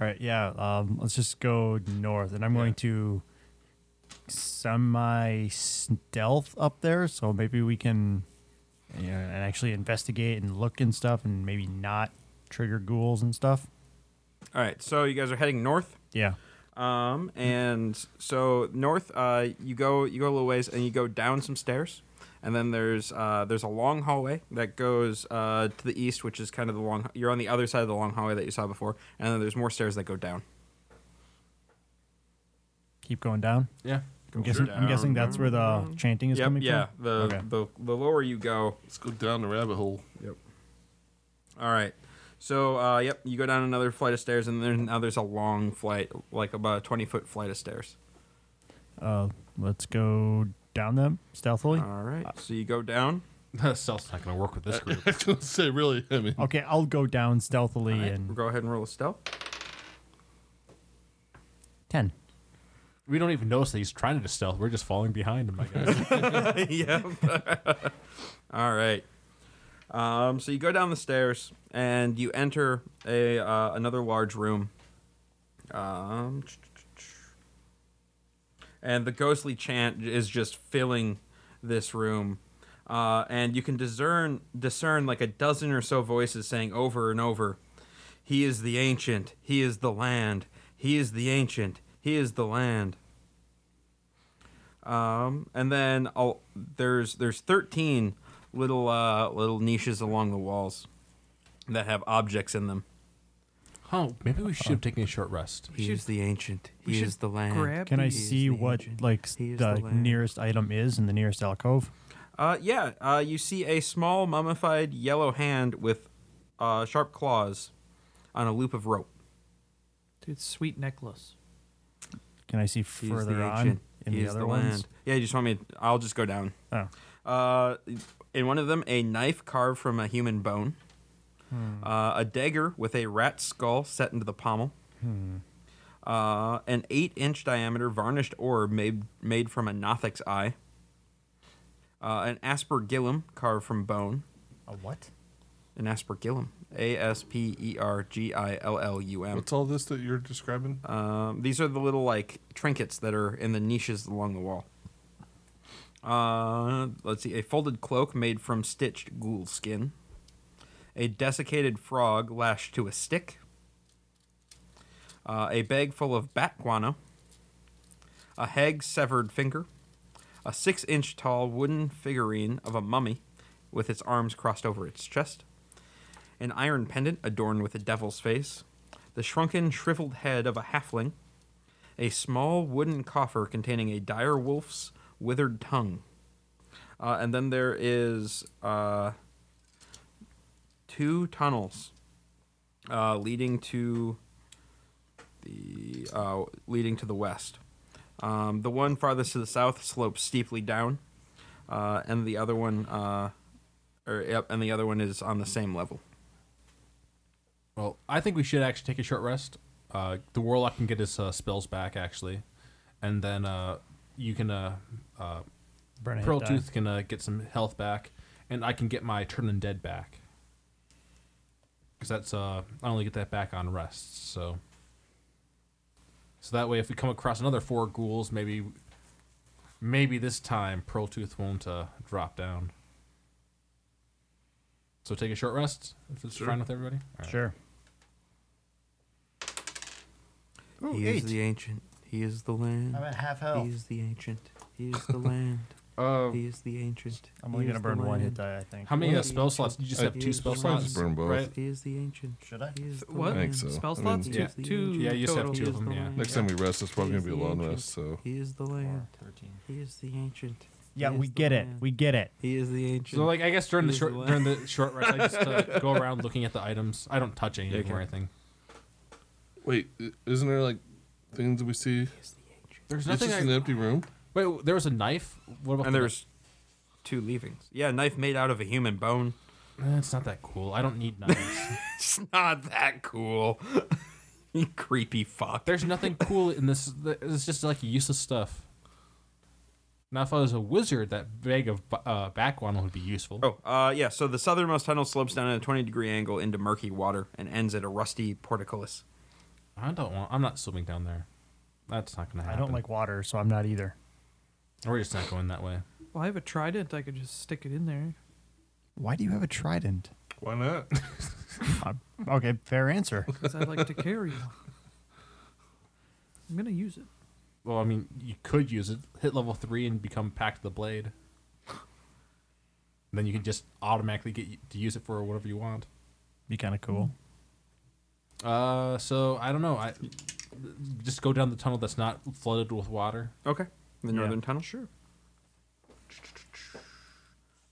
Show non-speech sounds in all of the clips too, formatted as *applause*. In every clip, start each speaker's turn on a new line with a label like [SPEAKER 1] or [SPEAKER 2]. [SPEAKER 1] All right, yeah. Um, let's just go north, and I'm going to semi stealth up there, so maybe we can, you know, and actually investigate and look and stuff, and maybe not trigger ghouls and stuff.
[SPEAKER 2] All right, so you guys are heading north.
[SPEAKER 1] Yeah.
[SPEAKER 2] Um, and so north, uh, you go you go a little ways and you go down some stairs, and then there's uh, there's a long hallway that goes uh, to the east, which is kind of the long. You're on the other side of the long hallway that you saw before, and then there's more stairs that go down.
[SPEAKER 1] Keep going down.
[SPEAKER 3] Yeah.
[SPEAKER 1] I'm guessing. I'm guessing that's where the chanting is
[SPEAKER 2] Yep.
[SPEAKER 1] coming
[SPEAKER 2] Yeah.
[SPEAKER 1] from.
[SPEAKER 2] The,
[SPEAKER 1] Okay.
[SPEAKER 2] the the lower you go,
[SPEAKER 3] Let's go down the rabbit hole. *laughs*
[SPEAKER 2] Yep. All right. So, uh, yep, you go down another flight of stairs, and then now there's a long flight, like about a 20 foot flight of stairs.
[SPEAKER 1] Uh, let's go down them stealthily.
[SPEAKER 2] All right. So you go down.
[SPEAKER 4] Stealth's not going to work with this group. *laughs*
[SPEAKER 3] I was gonna say, really. I mean,
[SPEAKER 1] Okay, I'll go down stealthily and
[SPEAKER 2] Go ahead and roll a stealth.
[SPEAKER 1] ten.
[SPEAKER 4] we don't even notice that he's trying to stealth. We're just falling behind him, I *laughs*
[SPEAKER 2] *laughs*
[SPEAKER 4] guess.
[SPEAKER 2] yep. *laughs* All right. Um, so you go down the stairs and you enter a uh, another large room. Um, and the ghostly chant is just filling this room, uh, and you can discern discern like a dozen or so voices saying over and over, "He is the ancient. He is the land. He is the ancient. He is the land." Um, and then i there's there's 13 little uh, little niches along the walls that have objects in them.
[SPEAKER 4] oh, maybe we should have taken a short rest.
[SPEAKER 2] He is the ancient.
[SPEAKER 5] we
[SPEAKER 2] He
[SPEAKER 5] should
[SPEAKER 2] is the land.
[SPEAKER 5] grab
[SPEAKER 1] Can I
[SPEAKER 2] He is
[SPEAKER 1] see
[SPEAKER 2] the
[SPEAKER 1] what
[SPEAKER 2] ancient.
[SPEAKER 1] like s-
[SPEAKER 2] He is
[SPEAKER 1] the,
[SPEAKER 2] the land.
[SPEAKER 1] nearest item is in the nearest alcove?
[SPEAKER 2] Uh, yeah. Uh, you see a small mummified yellow hand with uh, sharp claws on a loop of rope.
[SPEAKER 5] Dude, sweet necklace.
[SPEAKER 1] Can I see
[SPEAKER 2] He is
[SPEAKER 1] further
[SPEAKER 2] the
[SPEAKER 1] on
[SPEAKER 2] ancient.
[SPEAKER 1] in
[SPEAKER 2] He
[SPEAKER 1] the
[SPEAKER 2] is
[SPEAKER 1] other
[SPEAKER 2] the
[SPEAKER 1] ones?
[SPEAKER 2] land. Yeah, you just want me? I'll just go down.
[SPEAKER 1] Oh,
[SPEAKER 2] Uh, in one of them, a knife carved from a human bone,
[SPEAKER 1] Hmm.
[SPEAKER 2] uh, a dagger with a rat skull set into the pommel,
[SPEAKER 1] Hmm.
[SPEAKER 2] uh, an eight-inch diameter varnished orb made made from a nothic's eye, uh, an aspergillum carved from bone,
[SPEAKER 1] a what?
[SPEAKER 2] an aspergillum, A S P E R G I L L U M.
[SPEAKER 3] what's all this that you're describing?
[SPEAKER 2] Um, these are the little like trinkets that are in the niches along the wall. Uh, let's see, a folded cloak made from stitched ghoul skin, a desiccated frog lashed to a stick, uh, a bag full of bat guano, a hag's severed finger, a six-inch tall wooden figurine of a mummy, with its arms crossed over its chest an iron pendant adorned with a devil's face, the shrunken, shriveled head of a halfling, a small wooden coffer containing a dire wolf's withered tongue. Uh, and then there is uh, two tunnels uh, leading to the uh, leading to the west. Um, the one farthest to the south slopes steeply down, uh, and the other one, uh, or yep, and the other one is on the same level.
[SPEAKER 4] Well, I think we should actually take a short rest. Uh, the warlock can get his uh, spells back actually, and then uh, you can uh, uh,
[SPEAKER 1] Burn a hit
[SPEAKER 4] Pearl
[SPEAKER 1] die.
[SPEAKER 4] Tooth can uh, get some health back, and I can get my Turn and Dead back. Because that's uh, I only get that back on rests, so. So that way, if we come across another four ghouls, maybe, maybe this time Pearl Tooth won't uh, drop down. So take a short rest if it's fine with everybody. All right.
[SPEAKER 1] Sure.
[SPEAKER 6] Ooh,
[SPEAKER 2] He
[SPEAKER 6] eight.
[SPEAKER 2] is the ancient. He is the land.
[SPEAKER 6] I'm at half
[SPEAKER 2] He
[SPEAKER 6] health.
[SPEAKER 2] is the ancient. He is the land.
[SPEAKER 3] Uh,
[SPEAKER 2] He is the ancient.
[SPEAKER 1] I'm only
[SPEAKER 2] He
[SPEAKER 1] gonna
[SPEAKER 2] is the
[SPEAKER 1] burn one hit
[SPEAKER 2] land.
[SPEAKER 1] die, I think.
[SPEAKER 4] How many uh,
[SPEAKER 2] Well,
[SPEAKER 4] spell slots? You just
[SPEAKER 2] I-
[SPEAKER 4] have two spell
[SPEAKER 2] Probably
[SPEAKER 4] slots,
[SPEAKER 2] just
[SPEAKER 3] burn both.
[SPEAKER 4] right?
[SPEAKER 2] He is the ancient.
[SPEAKER 6] Should I?
[SPEAKER 2] He is the
[SPEAKER 5] What?
[SPEAKER 3] I think
[SPEAKER 2] land.
[SPEAKER 3] so.
[SPEAKER 5] Spell
[SPEAKER 3] I mean,
[SPEAKER 5] slots?
[SPEAKER 2] yeah.
[SPEAKER 5] Two, two
[SPEAKER 4] Yeah, you just have
[SPEAKER 5] total.
[SPEAKER 4] two
[SPEAKER 2] He
[SPEAKER 4] of
[SPEAKER 2] is
[SPEAKER 4] them,
[SPEAKER 2] the
[SPEAKER 4] yeah.
[SPEAKER 2] land.
[SPEAKER 3] Next time we rest, it's probably
[SPEAKER 2] He
[SPEAKER 3] gonna
[SPEAKER 2] is
[SPEAKER 3] be a
[SPEAKER 2] the
[SPEAKER 3] long
[SPEAKER 2] ancient.
[SPEAKER 3] rest. So
[SPEAKER 2] He is the land.
[SPEAKER 6] Thirteen.
[SPEAKER 2] He is the ancient.
[SPEAKER 1] Yeah,
[SPEAKER 2] He
[SPEAKER 1] we
[SPEAKER 2] is the
[SPEAKER 1] get it.
[SPEAKER 2] land.
[SPEAKER 1] We get it.
[SPEAKER 2] He is the ancient.
[SPEAKER 4] So like I guess during the
[SPEAKER 2] Use
[SPEAKER 4] short
[SPEAKER 2] the la-
[SPEAKER 4] during the short rest, I just uh, go around looking at the items. I don't touch anything
[SPEAKER 2] Okay.
[SPEAKER 4] or anything.
[SPEAKER 3] wait, i- isn't there like things that we see?
[SPEAKER 2] is the ancient.
[SPEAKER 4] There's
[SPEAKER 3] It's
[SPEAKER 4] nothing.
[SPEAKER 3] just
[SPEAKER 4] I,
[SPEAKER 3] an empty room.
[SPEAKER 4] wait, w- there was a knife. What about
[SPEAKER 2] And
[SPEAKER 4] the-
[SPEAKER 2] there's two leavings. Yeah, knife made out of a human bone. *laughs*
[SPEAKER 4] Eh, it's not that cool. I don't need knives.
[SPEAKER 2] It's not that cool. *laughs* You creepy fuck.
[SPEAKER 4] There's nothing cool in this. It's just like useless stuff. Now, if I was a wizard, that bag of uh, back one would be useful.
[SPEAKER 2] Oh, uh, yeah. So the southernmost tunnel slopes down at a 20 degree angle into murky water and ends at a rusty portcullis.
[SPEAKER 4] I don't want. I'm not swimming down there. That's not gonna
[SPEAKER 1] I
[SPEAKER 4] happen.
[SPEAKER 1] don't like water, so I'm not either.
[SPEAKER 4] We're just not going that way.
[SPEAKER 5] Well, I have a trident. I could just stick it in there.
[SPEAKER 1] Why do you have a trident?
[SPEAKER 3] Why *laughs* not?
[SPEAKER 1] Uh, Okay, fair
[SPEAKER 2] *laughs*
[SPEAKER 1] answer.
[SPEAKER 5] Because I like to carry one. I'm going to use it.
[SPEAKER 4] Well, I mean, you could use it. Hit level three and become packed the blade. Then you can just automatically get y- to use it for whatever you want.
[SPEAKER 1] Be kind of cool.
[SPEAKER 4] Uh, so I don't know. I just go down the tunnel that's not flooded with water.
[SPEAKER 2] Okay. The
[SPEAKER 1] Yeah.
[SPEAKER 2] northern tunnel? Sure.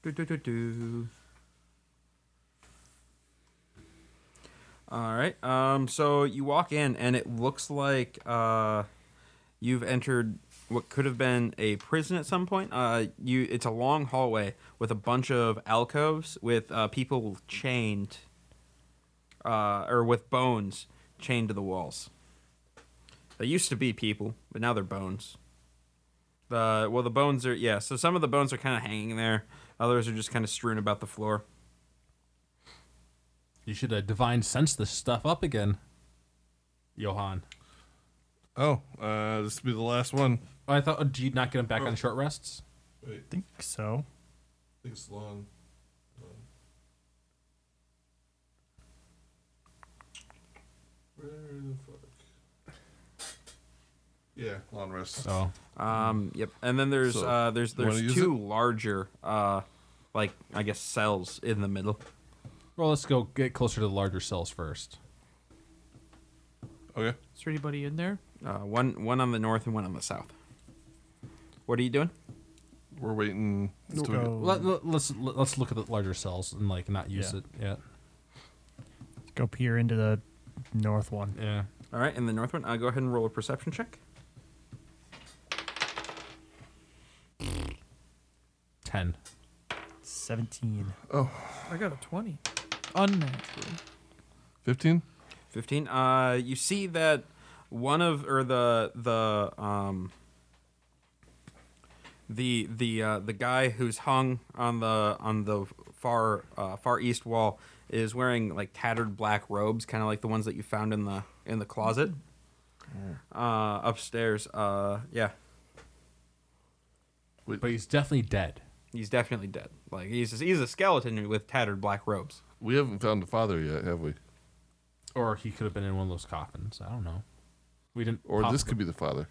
[SPEAKER 2] Do, do, do, do. All right. Um, so you walk in, and it looks like uh, you've entered what could have been a prison at some point. Uh, you, it's a long hallway with a bunch of alcoves with uh, people chained, uh, or with bones chained to the walls. They used to be people, but now they're bones. The well, the bones are yeah. So some of the bones are kind of hanging there. Others are just kind of strewn about the floor.
[SPEAKER 4] You should uh, divine sense this stuff up again, Johan.
[SPEAKER 3] oh, uh, this will be the last one.
[SPEAKER 4] Oh, I thought, oh, do you not get him back on short rests?
[SPEAKER 3] Wait,
[SPEAKER 1] think so.
[SPEAKER 3] it's long. Where the fuck? Yeah, long rest.
[SPEAKER 4] Oh,
[SPEAKER 2] Um, yep. And then there's
[SPEAKER 3] So,
[SPEAKER 2] uh, there's
[SPEAKER 3] you wanna
[SPEAKER 2] there's
[SPEAKER 3] use
[SPEAKER 2] two
[SPEAKER 3] it?
[SPEAKER 2] larger uh, like I guess cells in the middle.
[SPEAKER 4] well, let's go get closer to the larger cells first.
[SPEAKER 3] Okay.
[SPEAKER 5] Is there anybody in there?
[SPEAKER 2] Uh, one one on the north and one on the south. What are you doing?
[SPEAKER 3] We're waiting.
[SPEAKER 1] Let's
[SPEAKER 3] till we
[SPEAKER 1] go.
[SPEAKER 4] Let, let, let's let, us let us look at the larger cells and like not use
[SPEAKER 1] Yeah.
[SPEAKER 4] it yet.
[SPEAKER 1] Let's go peer into the north one.
[SPEAKER 4] Yeah.
[SPEAKER 2] All right, in the north one, uh, go ahead and roll a perception check.
[SPEAKER 4] Ten.
[SPEAKER 1] Seventeen.
[SPEAKER 5] I got a 20. Unnatural.
[SPEAKER 3] get- 15?
[SPEAKER 2] Fifteen. Uh, you see that one of or the the um the the uh, the guy who's hung on the on the far uh, far east wall is wearing like tattered black robes, kind of like the ones that you found in the in the closet uh, upstairs. Uh, yeah,
[SPEAKER 4] But he's definitely dead.
[SPEAKER 2] he's definitely dead. Like he's he's a skeleton with tattered black robes.
[SPEAKER 3] We haven't found the father yet, have we?
[SPEAKER 4] Or he could have been in one of those coffins. I don't know. We didn't.
[SPEAKER 3] Or
[SPEAKER 4] pop-
[SPEAKER 3] this could be the father.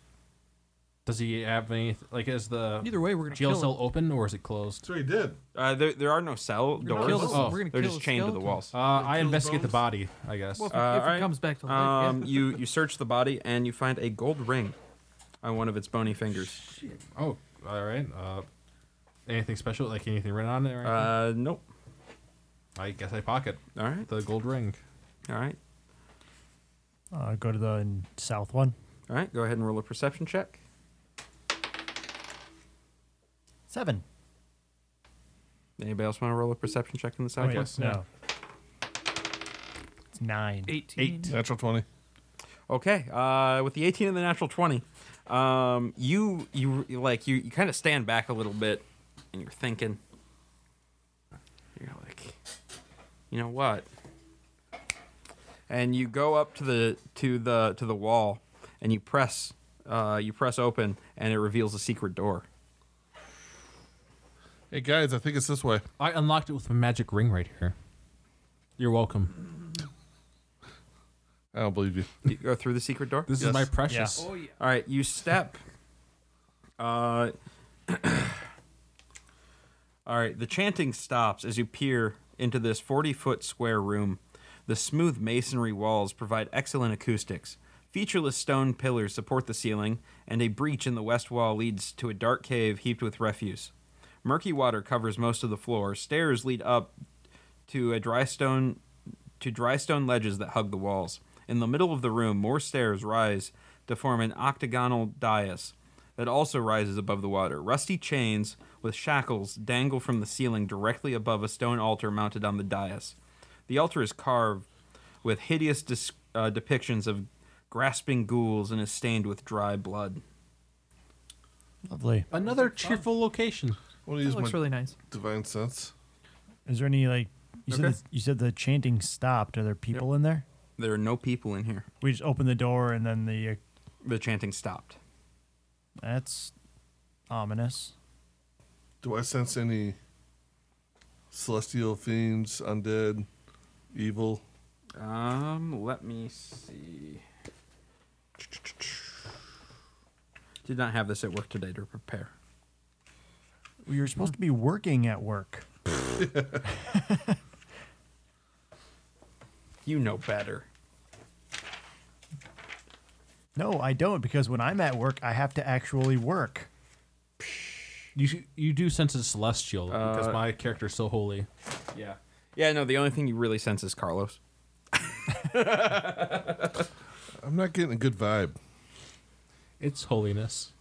[SPEAKER 4] Does he have any? Like, is the
[SPEAKER 5] Either way, we're going to
[SPEAKER 4] jail
[SPEAKER 5] kill
[SPEAKER 4] cell
[SPEAKER 5] him.
[SPEAKER 4] open or is it closed?
[SPEAKER 3] So he did.
[SPEAKER 2] Uh, there there are no cell
[SPEAKER 5] We're gonna
[SPEAKER 2] doors.
[SPEAKER 5] kill
[SPEAKER 4] this-
[SPEAKER 5] the-
[SPEAKER 4] Oh,
[SPEAKER 5] we're gonna
[SPEAKER 2] They're
[SPEAKER 5] kill
[SPEAKER 2] just
[SPEAKER 5] the
[SPEAKER 2] chained to the
[SPEAKER 5] skeleton.
[SPEAKER 2] walls.
[SPEAKER 4] Uh, I
[SPEAKER 3] Kills
[SPEAKER 4] investigate the
[SPEAKER 3] bones?
[SPEAKER 4] body. I guess.
[SPEAKER 5] Well, if,
[SPEAKER 2] Uh,
[SPEAKER 5] it- if
[SPEAKER 2] alright.
[SPEAKER 5] it comes back to life, yeah.
[SPEAKER 2] Um, you you search the body and you find a gold ring on one of its bony fingers.
[SPEAKER 4] oh, all right. Uh, anything special? Like anything written on it? Or anything?
[SPEAKER 2] Uh, nope.
[SPEAKER 3] Uh,
[SPEAKER 4] I guess I pocket
[SPEAKER 2] All right,
[SPEAKER 4] the gold ring.
[SPEAKER 2] all right,
[SPEAKER 1] Uh, go to the south one.
[SPEAKER 2] all right. Go ahead and roll a perception check.
[SPEAKER 1] Seven.
[SPEAKER 2] Anybody else want to roll a perception check in the south?
[SPEAKER 1] Wait,
[SPEAKER 4] guess,
[SPEAKER 1] no. It's nine.
[SPEAKER 5] 18.
[SPEAKER 3] Natural 20.
[SPEAKER 2] Okay. Uh, with the eighteen and the natural twenty, um, you you you, like you, you kind of stand back a little bit, and you're thinking. You're like, you know what? And you go up to the to the to the wall, and you press uh, you press open, and it reveals a secret door.
[SPEAKER 3] Hey, guys, I think it's this way.
[SPEAKER 4] I unlocked it with a magic ring right here. You're welcome.
[SPEAKER 3] I don't believe you.
[SPEAKER 2] You go through the secret door.
[SPEAKER 4] This is
[SPEAKER 3] Yes.
[SPEAKER 4] my precious.
[SPEAKER 5] Oh, yeah.
[SPEAKER 2] All right, you step. Uh, *clears throat* all right, the chanting stops as you peer into this 40 foot square room. The smooth masonry walls provide excellent acoustics. Featureless stone pillars support the ceiling, and a breach in the west wall leads to a dark cave heaped with refuse. Murky water covers most of the floor. Stairs lead up to a dry stone to dry stone ledges that hug the walls. In the middle of the room, more stairs rise to form an octagonal dais that also rises above the water. Rusty chains with shackles dangle from the ceiling directly above a stone altar mounted on the dais. The altar is carved with hideous dis- uh, depictions of grasping ghouls, and is stained with dry blood.
[SPEAKER 1] Lovely.
[SPEAKER 5] Oh,
[SPEAKER 4] Another cheerful location.
[SPEAKER 3] What do you
[SPEAKER 5] That
[SPEAKER 3] use my
[SPEAKER 5] looks really nice.
[SPEAKER 3] divine sense?
[SPEAKER 1] Is there any like you said?
[SPEAKER 2] Okay.
[SPEAKER 1] The, you said the chanting stopped. Are there people in there?
[SPEAKER 2] There are no people in here.
[SPEAKER 1] We just opened the door and then the uh,
[SPEAKER 2] The chanting stopped.
[SPEAKER 1] that's ominous.
[SPEAKER 3] Do I sense any celestial fiends, undead, evil?
[SPEAKER 2] Um, let me see. Did not have this at work today to prepare.
[SPEAKER 1] We were supposed to be working at work.
[SPEAKER 2] You know better.
[SPEAKER 1] No, I don't because when I'm at work, I have to actually work.
[SPEAKER 4] You you do sense it's celestial because
[SPEAKER 2] Uh,
[SPEAKER 4] my character's so holy.
[SPEAKER 2] Yeah. Yeah, no, the only thing you really sense is Carlos.
[SPEAKER 3] I'm not getting a good vibe.
[SPEAKER 4] It's holiness.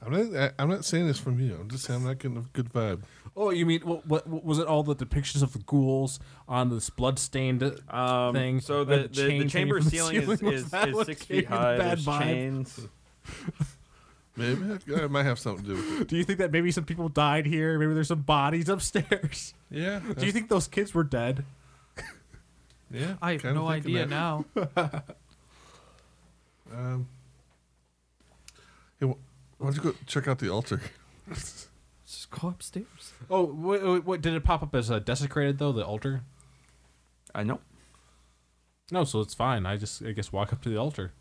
[SPEAKER 3] I'm not. I, I'm not saying this from you. I'm just saying I'm not getting a good vibe.
[SPEAKER 4] Oh, you mean what, what, what was it? All the depictions of the ghouls on this bloodstained
[SPEAKER 2] Um,
[SPEAKER 4] thing.
[SPEAKER 2] So
[SPEAKER 4] uh,
[SPEAKER 2] the,
[SPEAKER 4] chain
[SPEAKER 2] the, the
[SPEAKER 4] hanging
[SPEAKER 2] chamber
[SPEAKER 4] from the
[SPEAKER 2] ceiling,
[SPEAKER 4] was
[SPEAKER 2] is, is,
[SPEAKER 4] that
[SPEAKER 2] is
[SPEAKER 4] what
[SPEAKER 2] six
[SPEAKER 4] gave you
[SPEAKER 2] feet
[SPEAKER 4] the
[SPEAKER 2] high.
[SPEAKER 4] bad
[SPEAKER 2] There's
[SPEAKER 4] vibe?
[SPEAKER 2] chains.
[SPEAKER 3] Maybe I, I might have something to do with it.
[SPEAKER 4] Do you think that maybe some people died here? Maybe there's some bodies upstairs. *laughs*
[SPEAKER 3] Yeah.
[SPEAKER 4] Do you think those kids were dead?
[SPEAKER 3] Yeah.
[SPEAKER 5] I have
[SPEAKER 3] kinda
[SPEAKER 5] no
[SPEAKER 3] thinking
[SPEAKER 5] idea
[SPEAKER 3] that.
[SPEAKER 5] now.
[SPEAKER 3] Um, hey, wh- why don't you go check out the altar?
[SPEAKER 5] Just go upstairs.
[SPEAKER 4] Oh, wait, wait, wait, did it pop up as uh, desecrated though? The altar?
[SPEAKER 2] I know.
[SPEAKER 4] No, so it's fine. I just I guess walk up to the altar.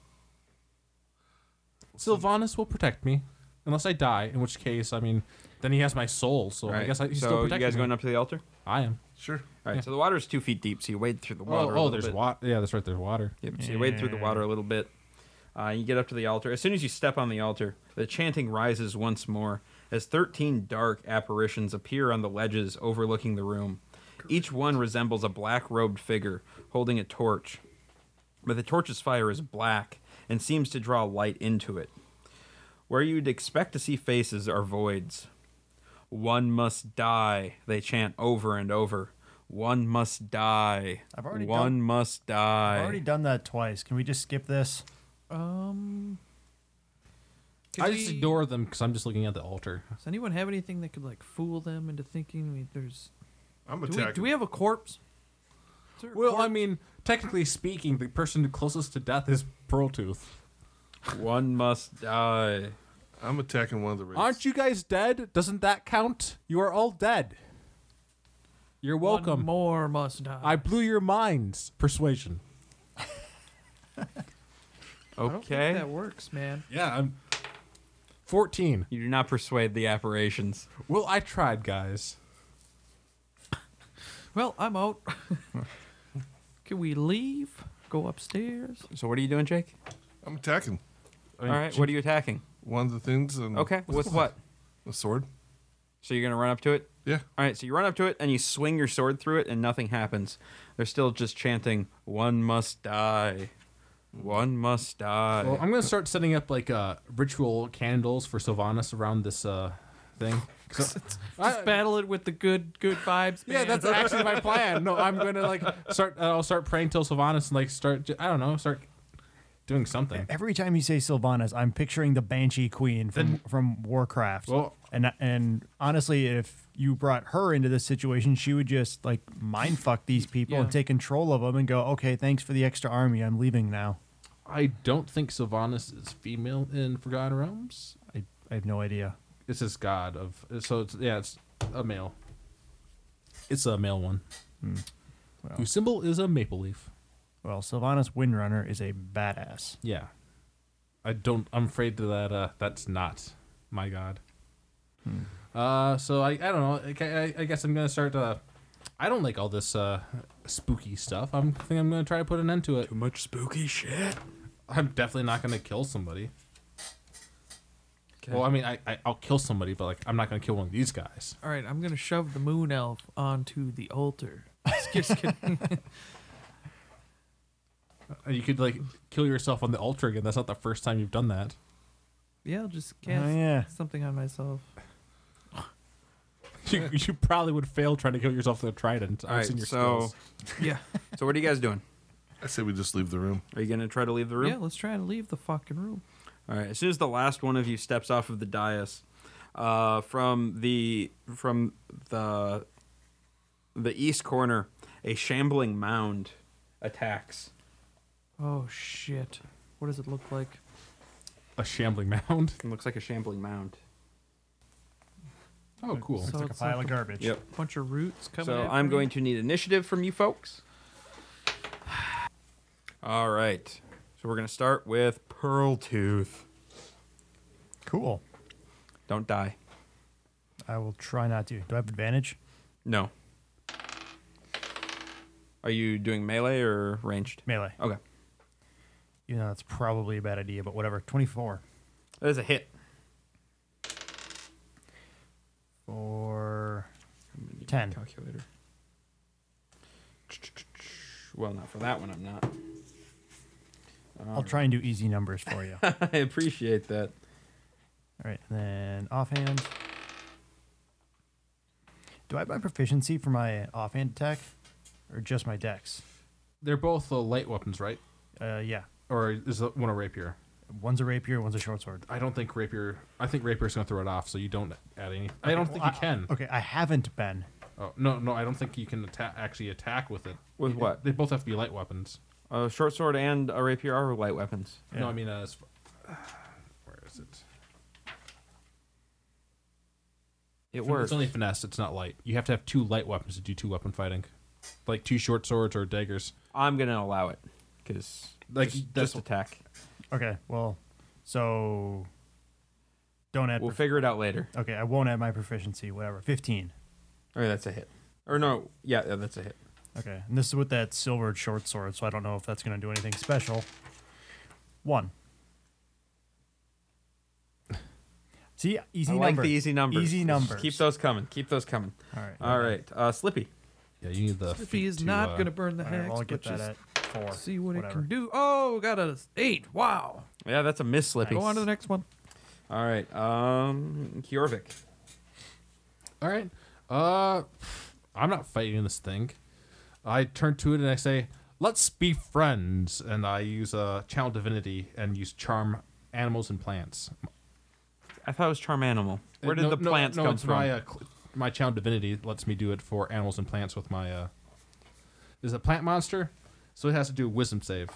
[SPEAKER 4] Sylvanus will protect me, unless I die. In which case, I mean, then he has my soul. So I
[SPEAKER 2] Right.
[SPEAKER 4] guess I, he's
[SPEAKER 2] so
[SPEAKER 4] still
[SPEAKER 2] you
[SPEAKER 4] protecting
[SPEAKER 2] guys
[SPEAKER 4] me.
[SPEAKER 2] going up to the altar?
[SPEAKER 4] I am.
[SPEAKER 3] Sure.
[SPEAKER 2] All right.
[SPEAKER 4] Yeah.
[SPEAKER 2] So the water is two feet deep, so you wade through the water.
[SPEAKER 4] Oh,
[SPEAKER 2] a
[SPEAKER 4] oh,
[SPEAKER 2] little
[SPEAKER 4] there's
[SPEAKER 2] bit.
[SPEAKER 4] water. Yeah, that's right. There's water.
[SPEAKER 2] Yep, so you wade through the water a little bit. Uh, you get up to the altar. As soon as you step on the altar, the chanting rises once more as 13 dark apparitions appear on the ledges overlooking the room. Each one resembles a black robed figure holding a torch, but the torch's fire is black and seems to draw light into it. Where you'd expect to see faces are voids. One must die, they chant over and over. One must die.
[SPEAKER 1] I've already
[SPEAKER 2] One
[SPEAKER 1] done-
[SPEAKER 2] must die.
[SPEAKER 1] I've already done that twice. Can we just skip this?
[SPEAKER 5] Um,
[SPEAKER 4] I
[SPEAKER 5] could
[SPEAKER 4] just
[SPEAKER 5] we-
[SPEAKER 4] ignore them because I'm just looking at the altar.
[SPEAKER 5] Does anyone have anything that could like fool them into thinking we, there's?
[SPEAKER 3] I'm
[SPEAKER 5] Do we, do we have a corpse? Is there a
[SPEAKER 4] Well,
[SPEAKER 5] corpse?
[SPEAKER 4] I mean, technically speaking, the person closest to death is Pearl Tooth.
[SPEAKER 2] One must die.
[SPEAKER 3] I'm attacking one of the races.
[SPEAKER 4] Aren't you guys dead? Doesn't that count? You are all dead. You're
[SPEAKER 5] One
[SPEAKER 4] welcome.
[SPEAKER 5] more must die.
[SPEAKER 4] I blew your minds. Persuasion.
[SPEAKER 5] I don't think
[SPEAKER 2] Okay.
[SPEAKER 5] that works, man.
[SPEAKER 4] Yeah, I'm. 14.
[SPEAKER 2] You do not persuade the apparitions.
[SPEAKER 4] Well, I tried, guys.
[SPEAKER 5] Well, I'm out. *laughs* Can we leave? Go upstairs.
[SPEAKER 2] So what are you doing, Jake?
[SPEAKER 3] I'm attacking
[SPEAKER 4] I mean,
[SPEAKER 2] All right. What are you attacking?
[SPEAKER 3] one of the things and
[SPEAKER 2] Okay. With what?
[SPEAKER 3] a sword.
[SPEAKER 2] So you're gonna run up to it.
[SPEAKER 3] Yeah.
[SPEAKER 2] All right. So you run up to it and you swing your sword through it, and nothing happens. They're still just chanting, "One must die. One must die."
[SPEAKER 4] Well, I'm gonna start setting up like uh, ritual candles for Sylvanas around this uh, thing. 'Cause I-
[SPEAKER 5] Just battle it with the good, good vibes.
[SPEAKER 4] yeah, *laughs*
[SPEAKER 5] man.
[SPEAKER 4] that's actually my plan. No, I'm gonna like start. Uh, I'll start praying till Sylvanas and like start. j- I don't know. Start doing something.
[SPEAKER 1] Every time you say Sylvanas, I'm picturing the Banshee Queen from, from Warcraft.
[SPEAKER 4] Well-
[SPEAKER 1] and and honestly, if you brought her into this situation, she would just like mind fuck these people
[SPEAKER 5] Yeah.
[SPEAKER 1] and take control of them and go, okay, thanks for the extra army. I'm leaving now.
[SPEAKER 4] I don't think Sylvanas is female in Forgotten Realms.
[SPEAKER 1] I, I have no idea.
[SPEAKER 4] It's this god of. So it's yeah, it's a male. It's a male one. Whose symbol is a maple leaf.
[SPEAKER 1] Well, Sylvanas Windrunner is a badass.
[SPEAKER 4] Yeah. I don't I'm afraid that uh that's not my god.
[SPEAKER 2] Hmm.
[SPEAKER 4] Uh so I I don't know. I, I, I guess I'm going to start uh I don't like all this uh spooky stuff. I'm I think I'm going to try to put an end to it.
[SPEAKER 2] much spooky shit.
[SPEAKER 4] I'm definitely not going to kill somebody.
[SPEAKER 2] Okay.
[SPEAKER 4] Well, I mean, I, I I'll kill somebody, but like I'm not going to kill one of these guys.
[SPEAKER 5] All right, I'm gonna shove the moon elf onto the altar. *laughs* Just *laughs* kidding.
[SPEAKER 4] Uh, You could like kill yourself on the altar again. That's not the first time you've done that. *laughs*
[SPEAKER 5] yeah, I'll just cast
[SPEAKER 1] Oh, yeah.
[SPEAKER 5] something on myself. *laughs*
[SPEAKER 4] You, you probably would fail trying to kill yourself with a trident. I've
[SPEAKER 2] All right.
[SPEAKER 4] seen your
[SPEAKER 2] So,
[SPEAKER 4] skills.
[SPEAKER 5] Yeah.
[SPEAKER 2] so what are you guys doing?
[SPEAKER 3] I say we just leave the room.
[SPEAKER 2] Are you going to try to leave the room?
[SPEAKER 5] Yeah, let's try and leave the fucking room.
[SPEAKER 2] All right. As soon as the last one of you steps off of the dais, uh, from the from the the east corner, a shambling mound attacks.
[SPEAKER 5] Oh shit. What does it look like?
[SPEAKER 4] A shambling *laughs* mound.
[SPEAKER 2] It looks like a shambling mound.
[SPEAKER 4] Oh, cool.
[SPEAKER 1] It's like a
[SPEAKER 5] it's
[SPEAKER 1] pile
[SPEAKER 5] like
[SPEAKER 1] of
[SPEAKER 5] a-
[SPEAKER 1] garbage.
[SPEAKER 2] Yep.
[SPEAKER 5] Bunch of roots coming.
[SPEAKER 2] So
[SPEAKER 5] after
[SPEAKER 2] I'm
[SPEAKER 5] me?
[SPEAKER 2] going to need initiative from you folks. All right. So we're gonna start with Pearl Tooth.
[SPEAKER 1] Cool.
[SPEAKER 2] Don't die.
[SPEAKER 1] I will try not to. Do I have advantage?
[SPEAKER 2] No. Are you doing melee or ranged?
[SPEAKER 1] Melee.
[SPEAKER 2] Okay.
[SPEAKER 1] You know, that's probably a bad idea, but whatever. 24.
[SPEAKER 2] That is a hit.
[SPEAKER 1] Or 10.
[SPEAKER 2] Calculator. *laughs* Well, not for that one, I'm not. *laughs*
[SPEAKER 1] I'll try and do easy numbers for you. All
[SPEAKER 2] I appreciate that.
[SPEAKER 1] right. Then offhand. Do I buy proficiency for my offhand attack or just my dex?
[SPEAKER 4] They're both uh, light weapons, right?
[SPEAKER 1] Uh, yeah.
[SPEAKER 4] Or is the one a rapier?
[SPEAKER 1] One's a rapier, one's a short sword.
[SPEAKER 4] I don't think rapier. I think rapier's gonna throw it off, so you don't add any. I don't think you can.
[SPEAKER 1] Okay, I haven't been.
[SPEAKER 4] Oh, no, no, I don't think you can atta- actually attack with it.
[SPEAKER 2] With
[SPEAKER 4] It-
[SPEAKER 2] what?
[SPEAKER 4] They both have to be light weapons.
[SPEAKER 2] A short sword and a rapier are light weapons.
[SPEAKER 1] Yeah.
[SPEAKER 4] No, I mean, uh, as f- where is it?
[SPEAKER 2] It
[SPEAKER 4] It's only finesse. It's not light. You have to have two light weapons to do two weapon fighting, like two short swords or daggers.
[SPEAKER 2] I'm gonna allow it because
[SPEAKER 4] Like,
[SPEAKER 2] just,
[SPEAKER 4] that's-
[SPEAKER 2] just attack.
[SPEAKER 1] Okay, well, so don't add.
[SPEAKER 2] We'll
[SPEAKER 1] prof-
[SPEAKER 2] figure it out later.
[SPEAKER 1] okay, I won't add my proficiency. Whatever, fifteen.
[SPEAKER 2] Okay, that's a hit. Or no, yeah, yeah, that's a hit.
[SPEAKER 1] Okay, and this is with that silvered short sword, so I don't know if that's gonna do anything special. One. See, easy
[SPEAKER 2] I
[SPEAKER 1] number.
[SPEAKER 2] like the easy numbers.
[SPEAKER 1] Easy
[SPEAKER 2] Just
[SPEAKER 1] numbers.
[SPEAKER 2] Keep those coming. Keep those coming.
[SPEAKER 1] All right.
[SPEAKER 2] All right, uh, Slippy.
[SPEAKER 4] Yeah, you need the.
[SPEAKER 5] If
[SPEAKER 4] feet
[SPEAKER 5] he is
[SPEAKER 4] to,
[SPEAKER 5] not
[SPEAKER 4] uh,
[SPEAKER 5] going to burn the
[SPEAKER 1] All right,
[SPEAKER 5] hex,
[SPEAKER 1] well, I'll get
[SPEAKER 5] but
[SPEAKER 1] that
[SPEAKER 5] just
[SPEAKER 1] at four.
[SPEAKER 5] see what
[SPEAKER 1] whatever.
[SPEAKER 5] it can do. Oh, got a eight. Wow.
[SPEAKER 2] Yeah, that's a miss, Slippy.
[SPEAKER 5] Go on to the next one.
[SPEAKER 2] All right, um, Kiorvik.
[SPEAKER 4] All right. Uh, I'm not fighting this thing. I turn to it and I say, "Let's be friends." And I use uh, channel divinity and use charm animals and plants. Uh,
[SPEAKER 2] I thought it was charm animal. Where did
[SPEAKER 4] No-
[SPEAKER 2] the
[SPEAKER 4] no-
[SPEAKER 2] plants
[SPEAKER 4] no,
[SPEAKER 2] come
[SPEAKER 4] it's
[SPEAKER 2] from?
[SPEAKER 4] My, uh, cl- my channel divinity lets me do it for animals and plants with my. Uh, is a plant monster, so it has to do a wisdom save.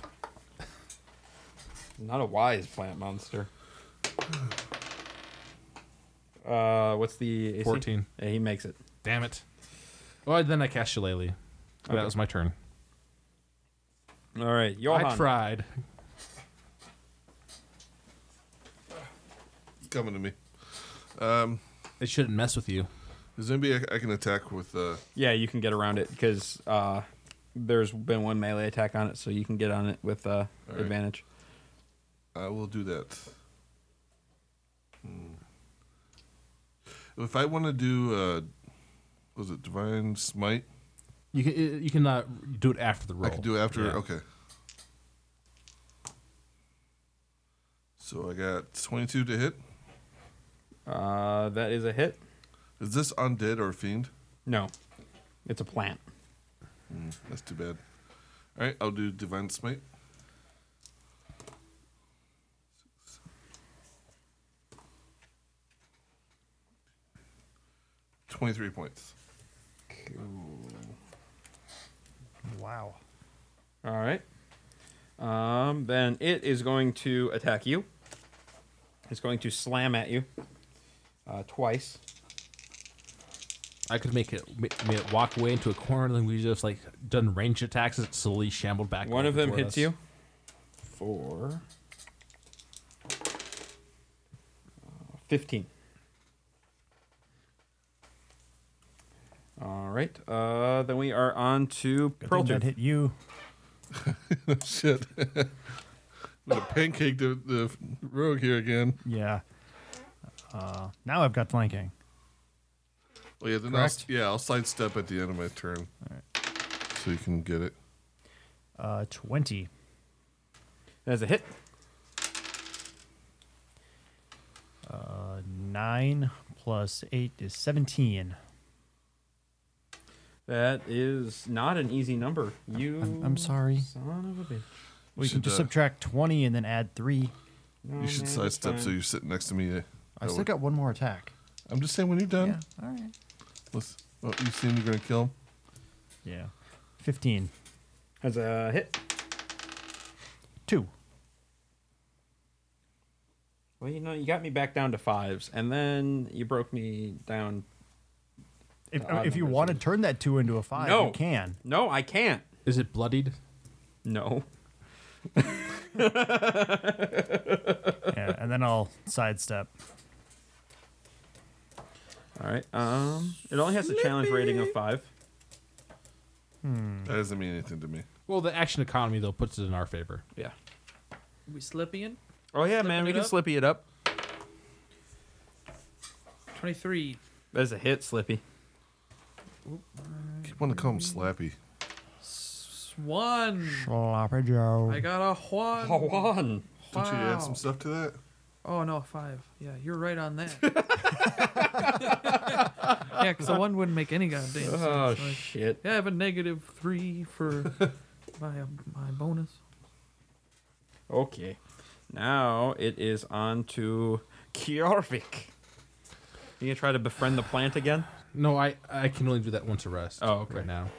[SPEAKER 2] Not a wise plant monster. *sighs* Uh, what's the AC?
[SPEAKER 4] 14.
[SPEAKER 2] Yeah, he makes it.
[SPEAKER 4] Damn it! Well, then I cast Shillelagh. That was my turn.
[SPEAKER 2] All right, Johan.
[SPEAKER 4] I tried.
[SPEAKER 3] It's coming to me. Um,
[SPEAKER 4] It shouldn't mess with you.
[SPEAKER 3] is there anybody I, I can attack with? Uh,
[SPEAKER 2] Yeah, you can get around it because uh, there's been one melee attack on it, so you can get on it with uh,
[SPEAKER 3] right.
[SPEAKER 2] advantage.
[SPEAKER 3] I will do that. Hmm. If I want to do, uh, was it divine smite?
[SPEAKER 4] You can you can uh, do it after the roll.
[SPEAKER 3] I can do it after.
[SPEAKER 4] Yeah.
[SPEAKER 3] Okay. So I got twenty-two to hit.
[SPEAKER 2] Uh, that is a hit.
[SPEAKER 3] Is this undead or fiend?
[SPEAKER 2] No, it's a plant.
[SPEAKER 3] That's too bad. All right, I'll do divine smite. Twenty-three points. *laughs*
[SPEAKER 1] Wow.
[SPEAKER 2] All right. Um, then it is going to attack you. It's going to slam at you uh, twice.
[SPEAKER 4] I could make it ma- make it walk away into a corner, and then we just like done range attacks. and It slowly shambled back.
[SPEAKER 2] One of them
[SPEAKER 4] toward
[SPEAKER 2] hits
[SPEAKER 4] us.
[SPEAKER 2] you. Four. Uh, Fifteen. All right. Uh, then we are on to
[SPEAKER 1] Good
[SPEAKER 2] Pearl
[SPEAKER 1] thing that
[SPEAKER 2] Tooth.
[SPEAKER 1] hit you.
[SPEAKER 3] Shit. *laughs* I'm gonna pancake the, the rogue here again.
[SPEAKER 1] Yeah. Uh, now I've got flanking.
[SPEAKER 3] Oh yeah, then I'll,
[SPEAKER 1] Correct.
[SPEAKER 3] yeah, I'll sidestep at the end of my turn. So you can get it.
[SPEAKER 1] Uh, Twenty.
[SPEAKER 2] That's a hit.
[SPEAKER 1] Uh, nine plus eight is seventeen.
[SPEAKER 2] That is not an easy number. You.
[SPEAKER 1] I'm sorry.
[SPEAKER 2] Son of a bitch.
[SPEAKER 1] We can
[SPEAKER 3] should,
[SPEAKER 1] just
[SPEAKER 3] uh,
[SPEAKER 1] subtract 20 and then add 3.
[SPEAKER 2] No,
[SPEAKER 3] You should
[SPEAKER 2] man, it's
[SPEAKER 3] sidestep so
[SPEAKER 2] fine.
[SPEAKER 3] you're sitting next to me. eh?
[SPEAKER 1] I
[SPEAKER 3] That
[SPEAKER 1] still
[SPEAKER 3] work.
[SPEAKER 1] got one more attack.
[SPEAKER 3] I'm just saying when you're done,
[SPEAKER 1] Yeah. All right.
[SPEAKER 3] let's. Oh, you seem you're gonna kill him.
[SPEAKER 1] Yeah. 15.
[SPEAKER 2] That's a hit.
[SPEAKER 1] 2.
[SPEAKER 2] Well, you know, you got me back down to fives, and then you broke me down.
[SPEAKER 1] If,
[SPEAKER 2] Uh,
[SPEAKER 1] if you
[SPEAKER 2] numbers
[SPEAKER 1] want to
[SPEAKER 2] is-
[SPEAKER 1] turn that 2 into a 5,
[SPEAKER 2] No.
[SPEAKER 1] you
[SPEAKER 2] *laughs*
[SPEAKER 1] can.
[SPEAKER 2] No, I can't.
[SPEAKER 4] Is it bloodied?
[SPEAKER 2] No.
[SPEAKER 1] yeah, and then I'll sidestep.
[SPEAKER 2] All right. Um, it only has a challenge rating of five.
[SPEAKER 1] Mm.
[SPEAKER 3] That doesn't mean anything to me.
[SPEAKER 4] Well, the action economy though puts it in our favor.
[SPEAKER 2] Yeah.
[SPEAKER 5] We slipping?
[SPEAKER 2] Oh yeah, man,
[SPEAKER 5] Slipping
[SPEAKER 2] we
[SPEAKER 5] it
[SPEAKER 2] can
[SPEAKER 5] up?
[SPEAKER 2] slippy it up.
[SPEAKER 5] Twenty-three.
[SPEAKER 2] That's a hit, Slippy.
[SPEAKER 1] Mm.
[SPEAKER 3] I want to call him Slappy.
[SPEAKER 5] One.
[SPEAKER 1] Sloppy Joe.
[SPEAKER 5] I got a Juan.
[SPEAKER 2] Oh, one.
[SPEAKER 3] Don't you
[SPEAKER 5] Wow.
[SPEAKER 3] add some stuff to that?
[SPEAKER 5] Oh no, five. Yeah, you're right on that. yeah, because the one wouldn't make any goddamn sense.
[SPEAKER 2] Oh
[SPEAKER 5] like-
[SPEAKER 2] shit.
[SPEAKER 5] yeah, I have a negative three for my um, my bonus.
[SPEAKER 2] Okay. Now it is on to Kjorvik. You gonna try to befriend the plant again?
[SPEAKER 4] No, I I can only do that once a rest.
[SPEAKER 2] Oh, okay.
[SPEAKER 4] Right now,